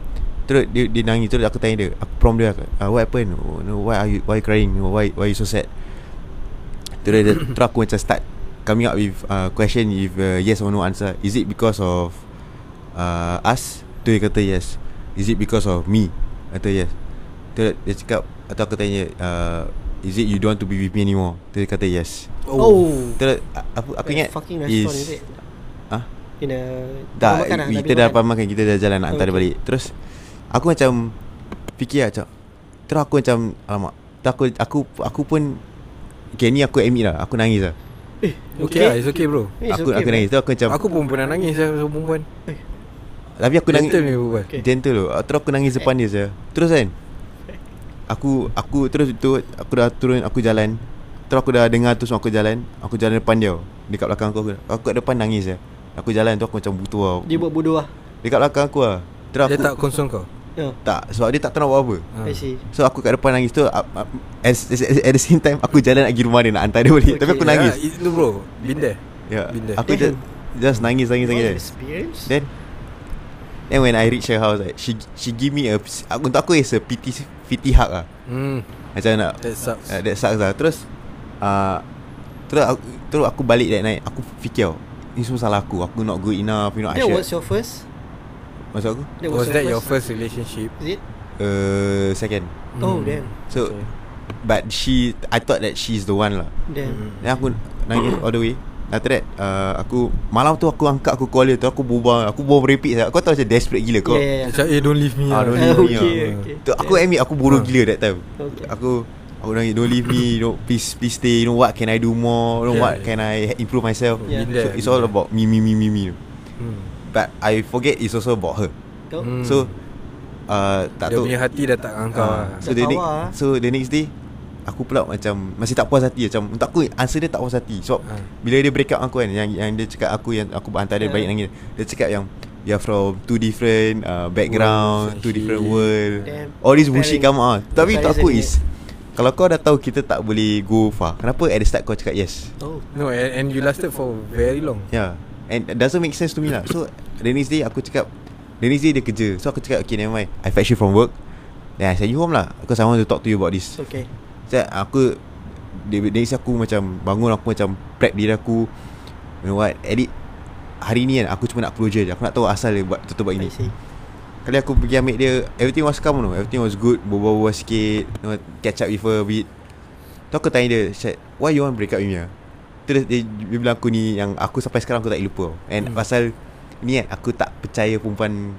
[SPEAKER 4] terus dia, dia nangis terus aku tanya dia. Aku prompt dia uh, what happened? Oh, no, why are you why you crying? Why why you so sad? Terus dia, terus aku macam start coming up with uh, question with uh, yes or no answer. Is it because of uh, us? Tu dia kata yes. Is it because of me? Kata yes. Tu dia cakap atau aku tanya uh, is it you don't want to be with me anymore? Tu dia kata yes.
[SPEAKER 3] Oh.
[SPEAKER 4] Tu dia- a- aku aku ingat
[SPEAKER 3] fucking
[SPEAKER 4] is
[SPEAKER 3] restaurant is it?
[SPEAKER 4] Huh?
[SPEAKER 3] In a
[SPEAKER 4] tak
[SPEAKER 3] makan lah,
[SPEAKER 4] kita
[SPEAKER 3] bilik
[SPEAKER 4] dah
[SPEAKER 3] makan.
[SPEAKER 4] makan kita dah jalan nak hantar dia
[SPEAKER 3] Okay.
[SPEAKER 4] balik. Terus aku macam fikir lah, macam terus aku macam alamak. Terus aku aku aku pun Okay ni aku admit lah Aku nangis lah
[SPEAKER 2] Okay lah It's okay bro
[SPEAKER 3] It's okay,
[SPEAKER 4] Aku, aku
[SPEAKER 3] bro.
[SPEAKER 4] nangis Terus aku macam
[SPEAKER 2] Aku pun pernah nangis lah Sama perempuan
[SPEAKER 4] Tapi aku nangis
[SPEAKER 2] Gentle ni perempuan
[SPEAKER 3] Okay.
[SPEAKER 4] Gentle tu Terus aku nangis depan dia saya. Terus kan Aku Aku terus tu Aku dah turun Aku jalan Terus aku dah dengar tu semua Aku jalan Aku jalan depan dia Dekat belakang aku Aku, aku kat depan nangis saya. Aku jalan tu aku macam butuh lah
[SPEAKER 3] Dia buat bodoh lah
[SPEAKER 4] Dekat belakang aku lah Terus
[SPEAKER 2] Dia
[SPEAKER 4] aku
[SPEAKER 2] tak concern kau
[SPEAKER 3] yeah.
[SPEAKER 4] tak Sebab dia tak tahu nak buat apa
[SPEAKER 2] Ah.
[SPEAKER 3] I see
[SPEAKER 4] So aku kat depan nangis tu uh, uh, at, at, at the same time Aku jalan nak pergi rumah dia Nak hantar dia balik okay. Tapi aku
[SPEAKER 2] Yeah,
[SPEAKER 4] nangis
[SPEAKER 2] Ya, Itu bro Been there
[SPEAKER 4] yeah.
[SPEAKER 2] been there.
[SPEAKER 4] Aku just, just nangis Nangis
[SPEAKER 3] All
[SPEAKER 4] nangis nangis.
[SPEAKER 3] experience
[SPEAKER 4] Then Then when I reach her house like, She she give me a aku, Untuk aku is a pity, pity hug lah
[SPEAKER 2] Hmm
[SPEAKER 4] Macam nak
[SPEAKER 2] That sucks
[SPEAKER 4] uh, That sucks lah Terus uh, Terus aku, terus aku balik that night Aku fikir oh, Ini semua salah aku Aku not good enough You know I
[SPEAKER 3] That was your
[SPEAKER 4] should
[SPEAKER 3] first
[SPEAKER 4] Maksud aku
[SPEAKER 2] Was that your first relationship
[SPEAKER 3] Is it?
[SPEAKER 4] uh, Second
[SPEAKER 2] Hmm.
[SPEAKER 3] Oh damn
[SPEAKER 4] So
[SPEAKER 2] Okay.
[SPEAKER 4] But she I thought that she's the one lah
[SPEAKER 3] Damn
[SPEAKER 2] Hmm.
[SPEAKER 4] Then aku nangis all the way After that uh, Aku Malam tu aku angkat Aku call dia tu Aku berbual Aku berbual merepek lah. Kau tahu macam desperate gila kau
[SPEAKER 3] Yeah, yeah, yeah.
[SPEAKER 2] Macam eh don't leave me Ah.
[SPEAKER 4] Ah,
[SPEAKER 2] lah.
[SPEAKER 4] don't
[SPEAKER 3] Ah,
[SPEAKER 4] leave me
[SPEAKER 3] okay,
[SPEAKER 4] lah.
[SPEAKER 3] okay.
[SPEAKER 4] tu, Aku admit aku bodoh gila that time
[SPEAKER 3] Okay.
[SPEAKER 2] Ah,
[SPEAKER 4] Aku Aku nangis Don't leave me you know, Please please stay You know what can I do more You know
[SPEAKER 2] Yeah,
[SPEAKER 4] what
[SPEAKER 2] yeah.
[SPEAKER 4] can I improve myself
[SPEAKER 3] Yeah.
[SPEAKER 2] Been
[SPEAKER 4] So
[SPEAKER 2] there,
[SPEAKER 4] it's
[SPEAKER 2] been
[SPEAKER 4] all
[SPEAKER 2] there.
[SPEAKER 4] about me me me me me
[SPEAKER 2] Hmm.
[SPEAKER 4] But I forget it's also about her
[SPEAKER 3] Kau
[SPEAKER 2] Hmm.
[SPEAKER 4] So uh, Tak
[SPEAKER 2] Dia
[SPEAKER 4] tahu
[SPEAKER 2] punya hati dah tak angkau
[SPEAKER 4] Ah,
[SPEAKER 2] lah
[SPEAKER 4] So the
[SPEAKER 3] Dah
[SPEAKER 4] next
[SPEAKER 3] tawar, ah.
[SPEAKER 4] So the next day Aku pula macam Masih tak puas hati Macam untuk aku Answer dia tak puas hati Sebab
[SPEAKER 2] Ah.
[SPEAKER 4] Bila dia break up aku kan Yang yang dia cakap aku Yang aku hantar dia
[SPEAKER 3] Yeah.
[SPEAKER 4] balik nangis Dia cakap yang You are from two different uh, Background
[SPEAKER 2] Worlds,
[SPEAKER 4] Two different
[SPEAKER 2] actually.
[SPEAKER 4] world
[SPEAKER 3] Damn.
[SPEAKER 4] All this bullshit
[SPEAKER 3] Comparing.
[SPEAKER 4] come out Tapi untuk aku
[SPEAKER 3] Comparison
[SPEAKER 4] is Kalau kau dah tahu Kita tak boleh go far Kenapa at the start kau cakap yes
[SPEAKER 3] Oh
[SPEAKER 2] No and, and you lasted for very long
[SPEAKER 4] Yeah And it doesn't make sense to me lah So The next day aku cakap The next day dia kerja So aku cakap Okay never mind I fetch you from work Then I send you home lah Because I want to talk to you about
[SPEAKER 3] It's
[SPEAKER 4] this
[SPEAKER 3] okay
[SPEAKER 4] So aku Dari dari situ aku macam Bangun aku macam Prep diri aku You know what Edit Hari ni kan Aku cuma nak closure je Aku nak tahu asal dia buat Tutup buat
[SPEAKER 3] I
[SPEAKER 4] ini
[SPEAKER 3] see
[SPEAKER 2] Eh?
[SPEAKER 4] Kali aku pergi ambil dia Everything was calm no? Everything was good Berbual-bual sikit you know, Catch up with her a bit Tu aku tanya dia Syed Why you want break up with me ah?" Terus dia, dia bilang aku ni Yang aku sampai sekarang Aku tak boleh lupa tau. And
[SPEAKER 2] Hmm.
[SPEAKER 4] pasal Ni kan Aku tak percaya perempuan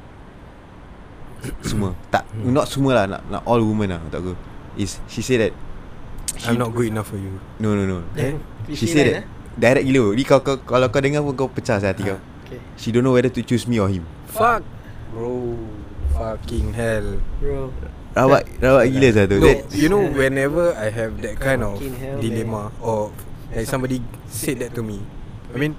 [SPEAKER 4] Semua Tak
[SPEAKER 2] Hmm.
[SPEAKER 4] Not semua lah Not, not all women lah Untuk aku Is She said that she,
[SPEAKER 2] I'm not good enough for you
[SPEAKER 4] No no no
[SPEAKER 3] Damn Fifty
[SPEAKER 4] She said
[SPEAKER 3] nine, eh?
[SPEAKER 4] that Direct gila Ni kau, kau, kalau kau dengar pun Kau pecah saya hati kau
[SPEAKER 2] Ah.
[SPEAKER 3] ah. Okay
[SPEAKER 4] She don't know whether to choose me or him
[SPEAKER 2] Fuck Bro Fucking hell
[SPEAKER 3] Bro
[SPEAKER 4] Rawak Rawak Ah, gila saya tu
[SPEAKER 2] No,
[SPEAKER 4] That-
[SPEAKER 2] you know whenever I have that kind of
[SPEAKER 3] Fucking hell,
[SPEAKER 2] dilemma or like somebody said that to me, I mean,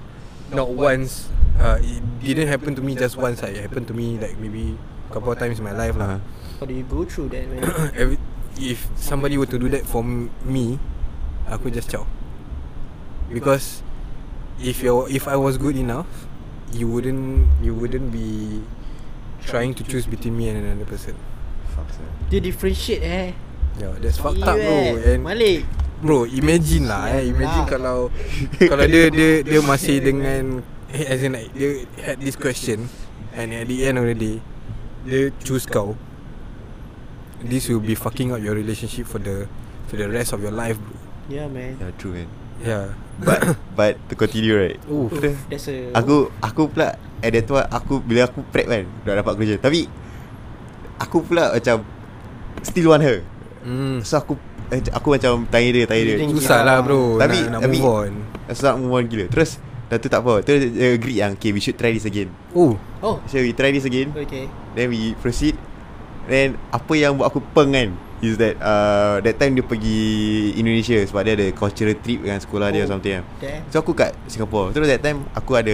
[SPEAKER 2] not once. Uh, it didn't happen to me just once. Like, it happened to me like maybe a couple of times in my life lah.
[SPEAKER 4] Ah.
[SPEAKER 3] How do you go through that man
[SPEAKER 4] Uh-huh.
[SPEAKER 2] Every, if somebody were to do that for m- me, aku just chow. Because if you if I was good enough, you wouldn't you wouldn't be trying to choose between me and another person.
[SPEAKER 4] Fuck saya
[SPEAKER 3] Dia differentiate eh
[SPEAKER 2] Yeah, that's fucked up
[SPEAKER 3] You,
[SPEAKER 2] bro.
[SPEAKER 3] eh.
[SPEAKER 2] And
[SPEAKER 3] Malik
[SPEAKER 2] Bro imagine lah eh Imagine
[SPEAKER 3] Sial
[SPEAKER 2] kalau Kalau dia dia dia masih dengan eh, As in like Dia had this question And at the end of the day Dia choose kau This will be fucking up your relationship For the For the rest of your life bro
[SPEAKER 3] Yeah man
[SPEAKER 4] Yeah true man
[SPEAKER 2] Yeah
[SPEAKER 4] But But to continue right
[SPEAKER 2] Oof.
[SPEAKER 3] Oof, That's a
[SPEAKER 4] Aku Aku pula At that time Aku Bila aku prep kan Dah dapat kerja Tapi Aku pula macam Still want her
[SPEAKER 2] mm.
[SPEAKER 4] So aku eh, Aku macam Tanya dia Tanya dia
[SPEAKER 3] Feeling
[SPEAKER 2] Susah lah bro
[SPEAKER 4] Tapi-
[SPEAKER 2] Nak, nak
[SPEAKER 4] tapi-
[SPEAKER 2] move on
[SPEAKER 4] So nak move on gila Terus Dah tu tak apa Terus dia agree yang Okay we should try this again
[SPEAKER 2] Oh
[SPEAKER 3] Oh
[SPEAKER 4] So we try this again
[SPEAKER 3] Okay
[SPEAKER 4] Then we proceed Then Apa yang buat aku peng kan Is that uh, That time dia pergi Indonesia Sebab dia ada cultural trip Dengan sekolah oh. dia
[SPEAKER 3] Oh.
[SPEAKER 4] or something kan
[SPEAKER 3] Damn
[SPEAKER 4] So aku kat Singapore Terus that time Aku ada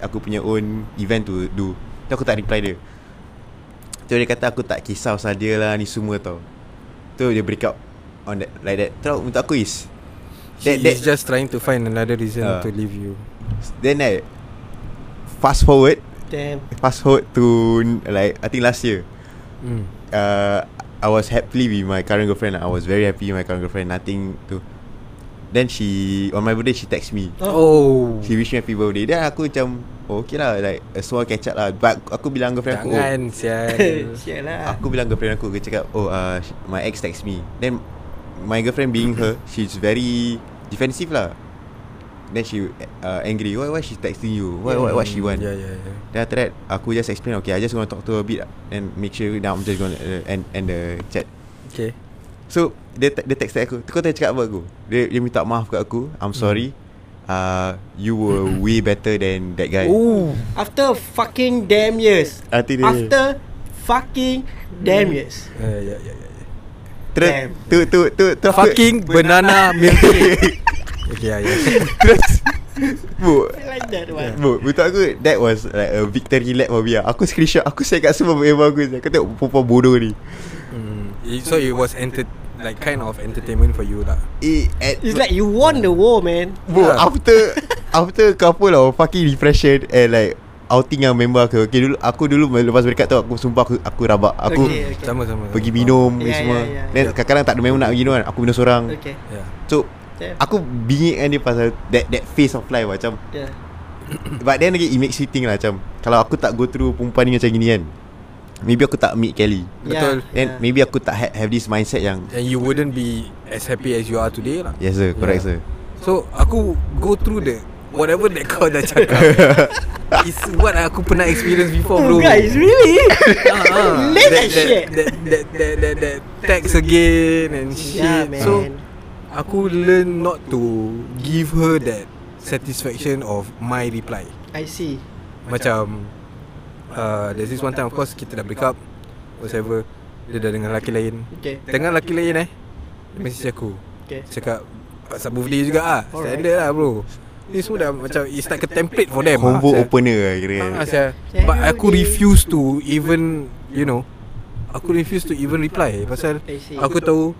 [SPEAKER 4] Aku punya own event to do Tu aku tak reply dia Tu dia kata aku tak kisah pasal dia lah Ni semua tau Tu dia break up On that Like that Terus untuk aku is
[SPEAKER 2] He
[SPEAKER 4] That- that-
[SPEAKER 2] is just trying to find Another reason
[SPEAKER 4] Ah.
[SPEAKER 2] to leave you
[SPEAKER 4] Then like Fast forward
[SPEAKER 3] Damn
[SPEAKER 4] Fast forward to Like I think last year
[SPEAKER 2] mm.
[SPEAKER 4] uh, I was happily with my current girlfriend lah. I was very happy with my current girlfriend Nothing to Then she On my birthday she text me
[SPEAKER 2] Oh
[SPEAKER 4] She wish me happy birthday Then aku macam Oh okay lah Like a small catch up lah But aku bilang girlfriend aku oh,
[SPEAKER 2] Jangan sial
[SPEAKER 3] Sial lah
[SPEAKER 4] Aku bilang girlfriend aku Dia cakap Oh uh, sh- my ex text me Then My girlfriend being her She's very Defensive lah Then she uh, angry Why why she texting you Why what, what she want
[SPEAKER 2] Yeah yeah yeah
[SPEAKER 4] Then after that Aku just explain Okay I just gonna talk to her a bit And make sure Now I'm just gonna uh, end, end the chat
[SPEAKER 2] Okay
[SPEAKER 4] So dia, te- dia text aku Kau tadi cakap apa aku dia, dia minta maaf kat aku I'm sorry uh, You were way better than that guy
[SPEAKER 2] Oh
[SPEAKER 3] After fucking damn years
[SPEAKER 4] Nanti dia
[SPEAKER 3] After fucking
[SPEAKER 2] Hmm.
[SPEAKER 3] damn years
[SPEAKER 2] Uh, yeah, yeah, yeah, yeah.
[SPEAKER 4] Terus
[SPEAKER 3] Damn.
[SPEAKER 4] tu, tu, tu, tu, aku-
[SPEAKER 2] Fucking banana milkshake Okay yeah, yeah.
[SPEAKER 4] Terus Bu
[SPEAKER 3] Like that one
[SPEAKER 4] Bu Betul aku That was like a victory lap for me lah. Aku screenshot Aku share kat semua member aku Kau tengok perempuan bodoh ni
[SPEAKER 2] Mm. It- So it was enter- Like kind of entertainment for you lah
[SPEAKER 4] It, Eh, at,
[SPEAKER 3] It's like you won the war man
[SPEAKER 4] Bro,
[SPEAKER 2] Yeah.
[SPEAKER 4] yeah. after after couple of fucking depression and like outing yang member aku. Okay, dulu aku dulu lepas mereka tu aku sumpah aku aku rabak. Aku
[SPEAKER 3] Okay,
[SPEAKER 4] okay.
[SPEAKER 3] okay.
[SPEAKER 2] Sama-sama
[SPEAKER 4] pergi minum
[SPEAKER 3] Yeah,
[SPEAKER 4] yeah,
[SPEAKER 3] yeah,
[SPEAKER 4] semua. Yeah,
[SPEAKER 3] yeah,
[SPEAKER 4] yeah, Then
[SPEAKER 2] yeah.
[SPEAKER 4] kadang-kadang tak ada member nak pergi minum kan. Aku minum seorang. Okay.
[SPEAKER 3] Okay
[SPEAKER 2] Yeah
[SPEAKER 4] So
[SPEAKER 3] Damn.
[SPEAKER 4] aku bingit kan dia pasal that that phase of life lah, macam
[SPEAKER 3] Yeah
[SPEAKER 4] but then again it makes you think lah macam kalau aku tak go through perempuan ni macam gini kan. Maybe aku tak meet Kelly.
[SPEAKER 2] Betul.
[SPEAKER 3] yeah.
[SPEAKER 4] Then maybe aku tak ha- have this mindset yang
[SPEAKER 2] And you wouldn't be As happy as you are today lah
[SPEAKER 4] Yes sir, correct
[SPEAKER 2] Yeah.
[SPEAKER 4] yeah. sir.
[SPEAKER 2] So aku go through the Whatever that kau dah cakap Is what aku pernah experience before bro
[SPEAKER 3] Oh guys really
[SPEAKER 2] Ah,
[SPEAKER 3] Let that shit.
[SPEAKER 2] that, that, that, that, that text again and shit
[SPEAKER 3] Yeah man
[SPEAKER 2] So aku learn not to Give her that Satisfaction of my reply
[SPEAKER 3] I see
[SPEAKER 2] Macam uh, There's this one time Of course kita dah break up Whatever Dia dah dengan lelaki lain
[SPEAKER 3] Okay
[SPEAKER 2] Tengah lelaki lain eh Dia message aku
[SPEAKER 3] Okay
[SPEAKER 2] Cakap Pasal birthday juga ah
[SPEAKER 3] Alright.
[SPEAKER 2] Standard lah bro Ni semua dah macam It's like a template for them
[SPEAKER 4] Convo
[SPEAKER 2] ah,
[SPEAKER 4] opener lah kira.
[SPEAKER 2] Ah, sia. But aku refuse to even You know Aku refuse to even reply Pasal
[SPEAKER 3] I see.
[SPEAKER 2] Aku tahu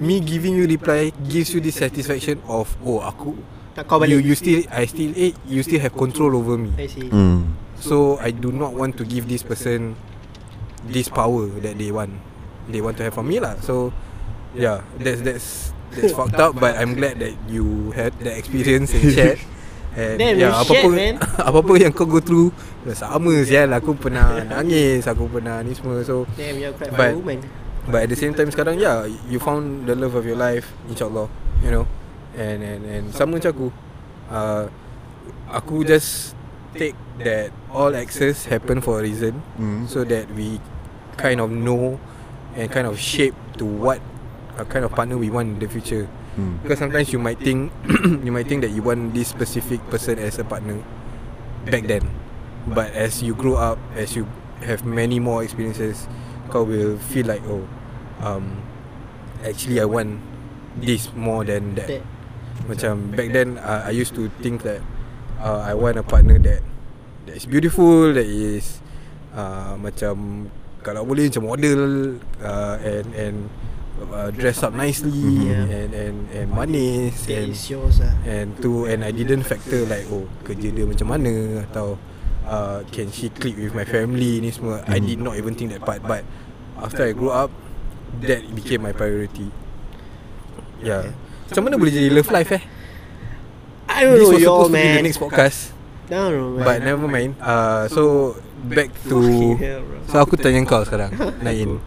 [SPEAKER 2] Me giving you reply Gives you the satisfaction of Oh aku
[SPEAKER 3] Tak kau balik
[SPEAKER 2] You, you still I still eh, You still have control over me
[SPEAKER 3] I see
[SPEAKER 4] Hmm.
[SPEAKER 2] So I do not want to give this person this power that they want. They want to have from me lah. So yeah, that's that's that's fucked up. But I'm glad that you had that experience and shared. And
[SPEAKER 3] Damn,
[SPEAKER 2] yeah,
[SPEAKER 3] you
[SPEAKER 2] apa
[SPEAKER 3] shared,
[SPEAKER 2] pun
[SPEAKER 3] man.
[SPEAKER 2] apa pun yang kau go through sama sial aku pernah nangis, aku pernah ni semua. So
[SPEAKER 3] Damn you're quite
[SPEAKER 2] But-
[SPEAKER 3] a woman
[SPEAKER 2] But at the same time sekarang yeah, you found the love of your life insyaallah, you know. And and and sama macam aku. Uh, aku just take that all access happen for a reason
[SPEAKER 4] Hmm.
[SPEAKER 2] so that we kind of know and kind of shape to what a kind of partner we want in the future.
[SPEAKER 4] Hmm.
[SPEAKER 2] Because sometimes you might think you might think that you want this specific person as a partner back then. But as you grow up, as you have many more experiences, kau will feel like oh, um, actually I want this more than that.
[SPEAKER 3] That
[SPEAKER 2] Macam back then uh, I used to think that uh, I want a partner that that is beautiful, that is uh, macam kalau boleh macam model uh, and and uh, dress up nicely
[SPEAKER 3] Mhm.
[SPEAKER 2] and and and manis
[SPEAKER 3] That
[SPEAKER 2] and
[SPEAKER 3] is yours lah
[SPEAKER 2] and tu and I didn't factor like oh kerja dia macam mana atau uh, can she click with my family ni semua I did not even think that part but after I grew up that became my priority yeah macam mana boleh jadi love life eh
[SPEAKER 3] I don't
[SPEAKER 2] this
[SPEAKER 3] know
[SPEAKER 2] was
[SPEAKER 3] y'all
[SPEAKER 2] supposed to be the
[SPEAKER 3] man
[SPEAKER 2] next podcast
[SPEAKER 3] I don't know man
[SPEAKER 2] but never mind uh, so back to
[SPEAKER 3] Fucking hell, bro.
[SPEAKER 2] so aku tanya kau sekarang Nain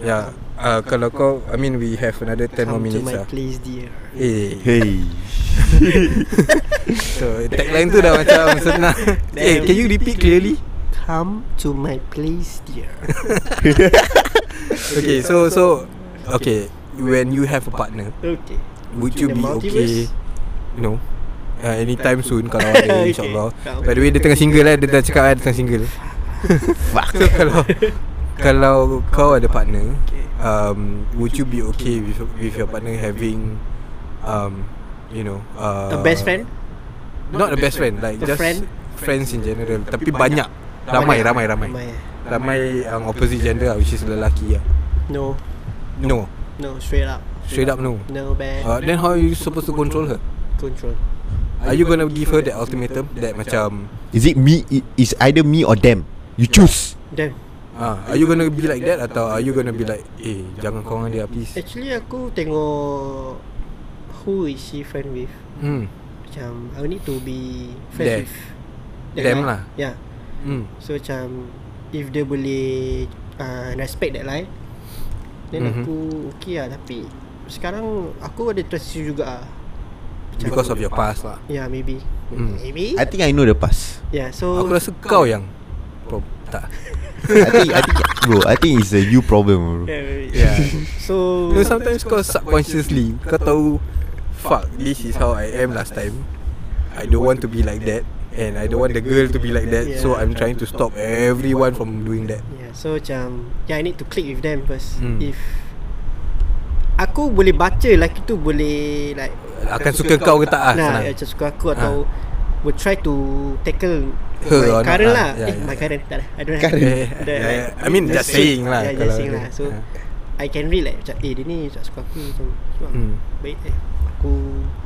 [SPEAKER 2] yeah uh, kalau kau I mean we have another 10 more
[SPEAKER 3] Come to
[SPEAKER 2] minutes
[SPEAKER 3] my
[SPEAKER 2] lah
[SPEAKER 3] place dear
[SPEAKER 2] eh
[SPEAKER 4] Hey.
[SPEAKER 2] So tagline tu dah macam senang Eh hey, can you repeat clearly?
[SPEAKER 3] Come to my place dear
[SPEAKER 2] Okay so so Okay When you have a partner
[SPEAKER 3] Okay
[SPEAKER 2] Would you
[SPEAKER 3] The
[SPEAKER 2] be okay
[SPEAKER 3] multiverse?
[SPEAKER 2] You know uh, Anytime soon Kalau ada
[SPEAKER 3] Okay.
[SPEAKER 2] insyaAllah By the way dia tengah single lah Dia dah cakap lah dia tengah single
[SPEAKER 4] Fuck.
[SPEAKER 2] So kalau Kalau kau ada partner um, Would you be okay with, with your partner having um, You know uh,
[SPEAKER 3] A best friend
[SPEAKER 2] Not a best friend Like
[SPEAKER 3] A
[SPEAKER 2] just
[SPEAKER 3] friend?
[SPEAKER 2] Friends in general Tapi banyak Ramai ramai ramai
[SPEAKER 3] Ramai eh?
[SPEAKER 2] Ramai yang opposite gender lah Which is lelaki lah
[SPEAKER 3] No
[SPEAKER 2] No
[SPEAKER 3] No straight up
[SPEAKER 2] Straight up no
[SPEAKER 3] No bad
[SPEAKER 2] uh, Then how are you supposed to control her?
[SPEAKER 3] Control
[SPEAKER 2] Are you gonna give her that ultimatum That macam
[SPEAKER 4] Is it me? It is either me or them. You choose.
[SPEAKER 3] Damn
[SPEAKER 2] uh, Are you gonna be like that
[SPEAKER 3] Eh,
[SPEAKER 2] Atau are you gonna be like Eh jangan kau dengan dia please
[SPEAKER 3] Actually aku tengok who is she friend with
[SPEAKER 2] Hmm
[SPEAKER 3] Macam I will need to be
[SPEAKER 2] There.
[SPEAKER 3] friends with that
[SPEAKER 2] Them
[SPEAKER 3] line.
[SPEAKER 2] lah.
[SPEAKER 3] Yeah
[SPEAKER 2] Hmm
[SPEAKER 3] So macam If dia boleh uh, Respect that line Then
[SPEAKER 2] Mhm.
[SPEAKER 3] mm-hmm. aku Okay lah tapi Sekarang Aku ada trust issue juga lah Macam-
[SPEAKER 2] Because of your past lah
[SPEAKER 3] Yeah maybe
[SPEAKER 2] Hmm.
[SPEAKER 3] Maybe
[SPEAKER 4] I think I know the past
[SPEAKER 3] Yeah so
[SPEAKER 2] Aku rasa kau yang Prob Tak
[SPEAKER 4] I think I think bro I think it's a you problem bro.
[SPEAKER 3] yeah, maybe.
[SPEAKER 2] Yeah
[SPEAKER 3] So
[SPEAKER 2] You know sometimes kau subconsciously Kau tahu Fuck This is how I am last time I don't want to be like that And I don't want the girl to be like that So I'm trying to stop everyone from doing that
[SPEAKER 3] Yeah, so macam yeah, I need to click with them first.
[SPEAKER 2] Hmm.
[SPEAKER 3] Mm. If aku boleh baca lelaki tu boleh like
[SPEAKER 2] Akan suka kau ke tak lah
[SPEAKER 3] nah,
[SPEAKER 2] senang.
[SPEAKER 3] macam suka aku atau will try to tackle
[SPEAKER 2] Her or
[SPEAKER 3] my
[SPEAKER 2] not
[SPEAKER 3] current
[SPEAKER 2] lah.
[SPEAKER 3] lah.
[SPEAKER 2] Yeah,
[SPEAKER 3] eh,
[SPEAKER 2] yeah.
[SPEAKER 3] my current tak lah. I don't
[SPEAKER 4] Current.
[SPEAKER 3] have.
[SPEAKER 2] Eh,
[SPEAKER 3] The,
[SPEAKER 2] yeah, I mean
[SPEAKER 3] the
[SPEAKER 2] just
[SPEAKER 3] same.
[SPEAKER 2] saying lah
[SPEAKER 3] Yeah,
[SPEAKER 2] kalau
[SPEAKER 3] just saying lah.
[SPEAKER 2] ada.
[SPEAKER 3] So
[SPEAKER 2] Ah.
[SPEAKER 3] I can read like macam eh dia ni tak suka aku macam cuma
[SPEAKER 2] Hmm.
[SPEAKER 3] baik eh aku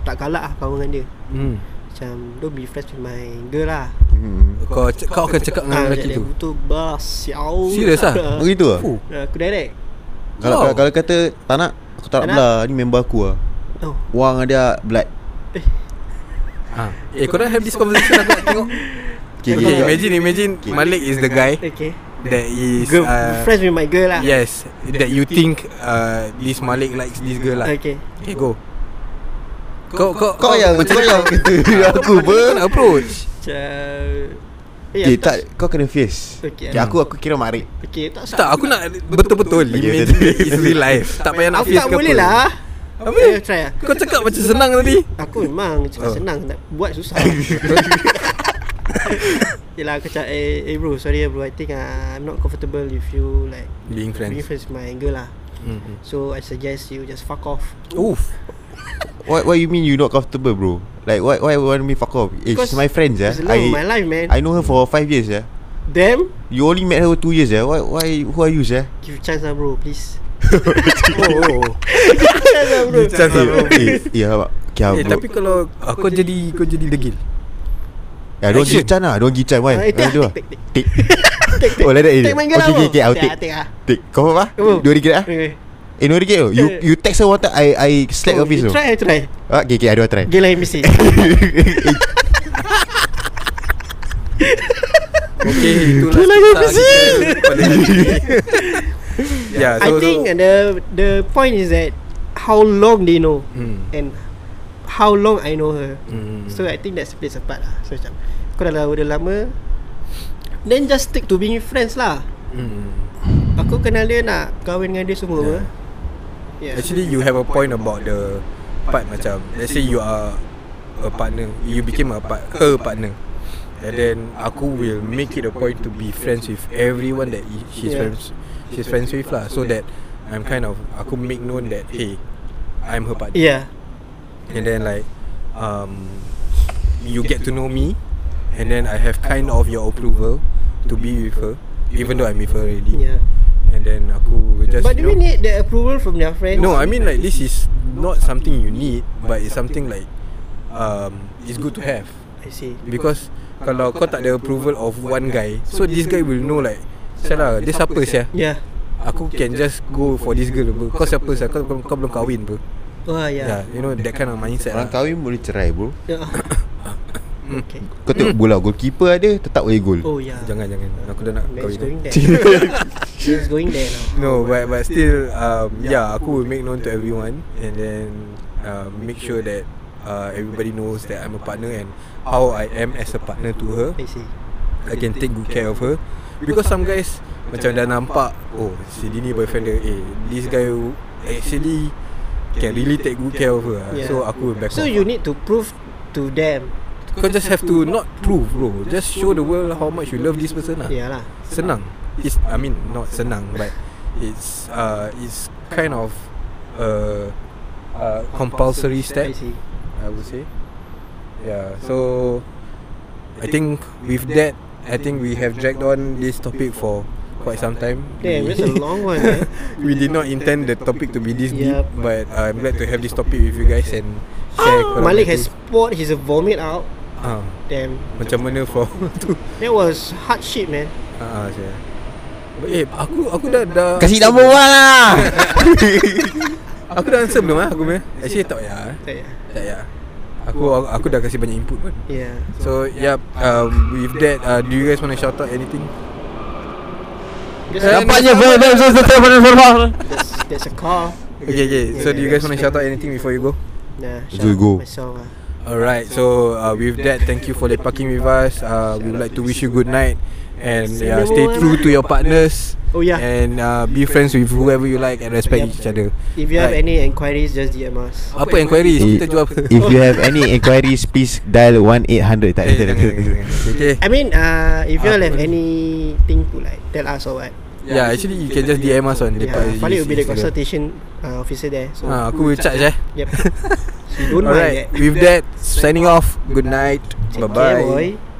[SPEAKER 3] tak galak lah kawan dengan dia.
[SPEAKER 2] Hmm
[SPEAKER 3] Macam don't be friends with my girl lah.
[SPEAKER 4] Hmm.
[SPEAKER 2] kau, ce- kau akan cakap dengan
[SPEAKER 3] Ah,
[SPEAKER 2] lelaki
[SPEAKER 3] macam
[SPEAKER 2] tu
[SPEAKER 3] dia betul bah siau.
[SPEAKER 2] Serious ah?
[SPEAKER 4] Begitu ah.
[SPEAKER 2] Fuh.
[SPEAKER 3] Ah, Aku direct.
[SPEAKER 4] Kalau
[SPEAKER 2] Wow.
[SPEAKER 4] kalau- kalau kata tak nak aku tak
[SPEAKER 3] Tak
[SPEAKER 4] nak
[SPEAKER 3] nak.
[SPEAKER 4] belah ni member aku ah.
[SPEAKER 3] Oh,
[SPEAKER 4] Wang ada blood.
[SPEAKER 2] ha. Eh korang have this conversation Aku nak tengok
[SPEAKER 4] Okay,
[SPEAKER 2] Okay
[SPEAKER 4] okay.
[SPEAKER 2] imagine imagine Malik is the guy
[SPEAKER 3] okay.
[SPEAKER 2] That is
[SPEAKER 3] Girl,
[SPEAKER 2] uh,
[SPEAKER 3] friends with my girl lah.
[SPEAKER 2] Yes That you think uh, This Malik likes this girl lah
[SPEAKER 3] Okay.
[SPEAKER 2] Okay go Kau kau
[SPEAKER 4] Kau yang
[SPEAKER 2] macam
[SPEAKER 4] kau yang kata aku
[SPEAKER 2] Kau
[SPEAKER 4] ber.
[SPEAKER 2] nak approach
[SPEAKER 3] Macam eh,
[SPEAKER 4] Okay
[SPEAKER 3] aku
[SPEAKER 4] tak kau kena fierce.
[SPEAKER 3] Okay,
[SPEAKER 4] Okay,
[SPEAKER 3] ah.
[SPEAKER 4] aku aku kira marik.
[SPEAKER 3] Okay, tak sah.
[SPEAKER 2] Tak aku nak Betul-betul
[SPEAKER 4] Okay,
[SPEAKER 2] Imagine
[SPEAKER 4] betul.
[SPEAKER 2] it's real life Tak payah nak
[SPEAKER 3] Aku
[SPEAKER 2] face
[SPEAKER 3] tak
[SPEAKER 2] ke
[SPEAKER 3] boleh
[SPEAKER 2] apa.
[SPEAKER 3] lah.
[SPEAKER 2] Apa
[SPEAKER 3] Eh, try lah.
[SPEAKER 2] Kau cakap macam senang tadi
[SPEAKER 3] Aku memang cakap
[SPEAKER 2] Oh.
[SPEAKER 3] senang nak buat susah. Yelah aku cakap eh, eh bro sorry ah, bro I think uh, I'm not comfortable if you like
[SPEAKER 2] Being
[SPEAKER 3] being
[SPEAKER 2] friends
[SPEAKER 3] friends with my girl lah.
[SPEAKER 2] Mhm.
[SPEAKER 3] So I suggest you just fuck off.
[SPEAKER 2] Oof
[SPEAKER 4] What what you mean you not comfortable bro? Like what why you want me fuck off? Eh, she's
[SPEAKER 3] Because
[SPEAKER 4] my friends yeah.
[SPEAKER 3] It's the love of my life man.
[SPEAKER 4] I know her for 5 years yeah.
[SPEAKER 3] Damn.
[SPEAKER 4] You only met her 2 years yeah. Why why who are you eh? yeah?
[SPEAKER 3] Give chance lah bro please.
[SPEAKER 2] Oh, oh.
[SPEAKER 3] chance lah bro.
[SPEAKER 2] Macam tu
[SPEAKER 4] Eh, eh, apa? Okay,
[SPEAKER 2] Eh tapi kalau Kau jadi Kau jadi degil
[SPEAKER 4] Yeah, don't
[SPEAKER 2] Action.
[SPEAKER 4] give chance lah Don't give chance Why?
[SPEAKER 3] Ah, eh,
[SPEAKER 4] Why
[SPEAKER 3] take,
[SPEAKER 4] do ah?
[SPEAKER 3] take, take,
[SPEAKER 4] Take Oh like that eh.
[SPEAKER 3] Take my girl
[SPEAKER 4] Okay
[SPEAKER 3] lah
[SPEAKER 4] okay
[SPEAKER 3] bro.
[SPEAKER 4] okay I'll
[SPEAKER 3] Take ah,
[SPEAKER 4] take
[SPEAKER 3] Take ah.
[SPEAKER 4] Take Kau faham ah?
[SPEAKER 3] Apa?
[SPEAKER 4] Dua ringgit ah?
[SPEAKER 3] Okay.
[SPEAKER 4] Eh no ringgit oh. You
[SPEAKER 3] Eh.
[SPEAKER 4] you text her one time I I slack
[SPEAKER 3] Oh,
[SPEAKER 4] your face
[SPEAKER 3] you
[SPEAKER 4] oh.
[SPEAKER 3] Try, I try.
[SPEAKER 4] Ah, Okay okay I don't try
[SPEAKER 3] Gila MBC.
[SPEAKER 2] Okay itulah
[SPEAKER 3] Itulah
[SPEAKER 2] kisah
[SPEAKER 3] yang mesti.
[SPEAKER 2] kita pada hari ini. Yeah
[SPEAKER 3] I
[SPEAKER 2] so,
[SPEAKER 3] think
[SPEAKER 2] so,
[SPEAKER 3] the the point is that how long they know
[SPEAKER 2] Hmm.
[SPEAKER 3] and how long I know her.
[SPEAKER 2] Hmm.
[SPEAKER 3] So eh. I think that's plays a part lah. So macam kau dah lama, dah lama then just stick to being friends lah.
[SPEAKER 2] Hmm.
[SPEAKER 3] Aku kenal dia nak kahwin dengan dia semua. apa. Yeah.
[SPEAKER 2] Actually you have a point about the Part macam Let's say you are A partner You became a part, her partner And then Aku will make it a point To be friends with everyone That he- she's
[SPEAKER 3] Yeah.
[SPEAKER 2] friends She's friends with lah So that I'm kind of Aku make known that Hey I'm her partner
[SPEAKER 3] yeah.
[SPEAKER 2] And then like um, You get to know me And then I have kind of your approval To be with her Even though I'm with her already
[SPEAKER 3] Yeah.
[SPEAKER 2] And then aku will just
[SPEAKER 3] But do
[SPEAKER 2] you
[SPEAKER 3] we
[SPEAKER 2] know,
[SPEAKER 3] need the approval from their friends?
[SPEAKER 2] No, I mean like this is not something you need, but it's something like um it's good to have
[SPEAKER 3] I see.
[SPEAKER 2] because kalau kau tak ada approval of one guy, so this guy will know like Salah, dia siapa sia?
[SPEAKER 3] Yeah.
[SPEAKER 2] Aku can just go for this girl bro. Kau siapa sia? Kau, kau, kau belum kahwin bro.
[SPEAKER 3] Oh
[SPEAKER 2] Yeah. yeah,
[SPEAKER 3] yeah.
[SPEAKER 2] you know that kind of mindset
[SPEAKER 4] Eh, Orang
[SPEAKER 2] lah.
[SPEAKER 4] kahwin boleh cerai bro
[SPEAKER 3] yeah. okay.
[SPEAKER 4] Kau tengok bola Goalkeeper ada Tetap boleh gol
[SPEAKER 3] Oh yeah.
[SPEAKER 2] Jangan jangan. Aku dah nak
[SPEAKER 3] Man's
[SPEAKER 2] kahwin.
[SPEAKER 3] going there. Man's going there now.
[SPEAKER 2] No, but but still, um, yeah, aku will make known to everyone and then uh, make sure that uh, everybody knows that I'm a partner and how I am as a partner to her.
[SPEAKER 3] I see.
[SPEAKER 2] I can take good care of her because some guys macam dah nampak, oh si Dini boyfriend dia, eh this guy actually can really take good care of her. Yeah.
[SPEAKER 3] Yeah.
[SPEAKER 2] So aku will back
[SPEAKER 3] So
[SPEAKER 2] off.
[SPEAKER 3] you need to prove to them.
[SPEAKER 2] kau just have to not prove bro, just show the world how much you love this person lah.
[SPEAKER 3] Yalah.
[SPEAKER 2] senang. It's I mean not senang but it's uh it's kind of uh, uh compulsory
[SPEAKER 3] I
[SPEAKER 2] step
[SPEAKER 3] see.
[SPEAKER 2] I would say. Yeah, so I think with that I think we have dragged on this topic for quite some time.
[SPEAKER 3] Damn,
[SPEAKER 2] We-
[SPEAKER 3] that's a long one. Eh?
[SPEAKER 2] we did not intend the topic to be this
[SPEAKER 3] Yup.
[SPEAKER 2] deep but I'm glad to have this topic with you guys and share korang
[SPEAKER 3] Malik
[SPEAKER 2] punya-
[SPEAKER 3] has poured his vomit out.
[SPEAKER 2] ah,
[SPEAKER 3] Damn,
[SPEAKER 2] macam mana for tu.
[SPEAKER 3] that was hard shit, man.
[SPEAKER 2] Ah, ah, saya. Eh, aku aku dah dah
[SPEAKER 4] Kasih number one lah
[SPEAKER 2] Aku dah answer belum ah aku punya? Actually tak payah. eh.
[SPEAKER 3] Tak ya.
[SPEAKER 2] Tak payah. Aku aku dah kasi banyak input pun.
[SPEAKER 3] Ya.
[SPEAKER 2] So yeah, um, with that, uh, do you guys want to shout out anything?
[SPEAKER 3] That's,
[SPEAKER 5] Baik, baik, baik, baik, baik,
[SPEAKER 2] Nampaknya
[SPEAKER 5] baik, baik.
[SPEAKER 3] that's, that's a call.
[SPEAKER 2] Okay, okay. So do you guys want to shout out anything before you go?
[SPEAKER 3] Nah,
[SPEAKER 4] Let's go.
[SPEAKER 3] Myself lah.
[SPEAKER 2] Alright, so uh, with that, thank you for lepaking with us. Uh, we would like to wish you good night and yeah, stay true to your partners.
[SPEAKER 3] Oh, yeah.
[SPEAKER 2] And uh, be friends with whoever you like and respect each other.
[SPEAKER 3] If you have
[SPEAKER 2] Right. Oh.
[SPEAKER 3] any enquiries, just DM us.
[SPEAKER 2] Apa enquiries? Kita jual apa?
[SPEAKER 4] If you have any inquiries Please dial 1-800 Tak
[SPEAKER 2] Eh,
[SPEAKER 4] ada
[SPEAKER 2] jangan, jangan, jangan. Okay.
[SPEAKER 3] I mean, uh, if you all
[SPEAKER 2] Apa
[SPEAKER 3] have
[SPEAKER 2] ni?
[SPEAKER 3] anything to like tell us or what,
[SPEAKER 2] Yeah, actually you can just DM us on the
[SPEAKER 3] yeah, Falik will be the consultation uh, officer there. So,
[SPEAKER 2] Ah, aku will charge eh.
[SPEAKER 3] yep. so you don't mind
[SPEAKER 2] Alright,
[SPEAKER 3] that.
[SPEAKER 2] with that, signing off. Good night. Bye
[SPEAKER 3] Okay,
[SPEAKER 2] bye.
[SPEAKER 3] boy.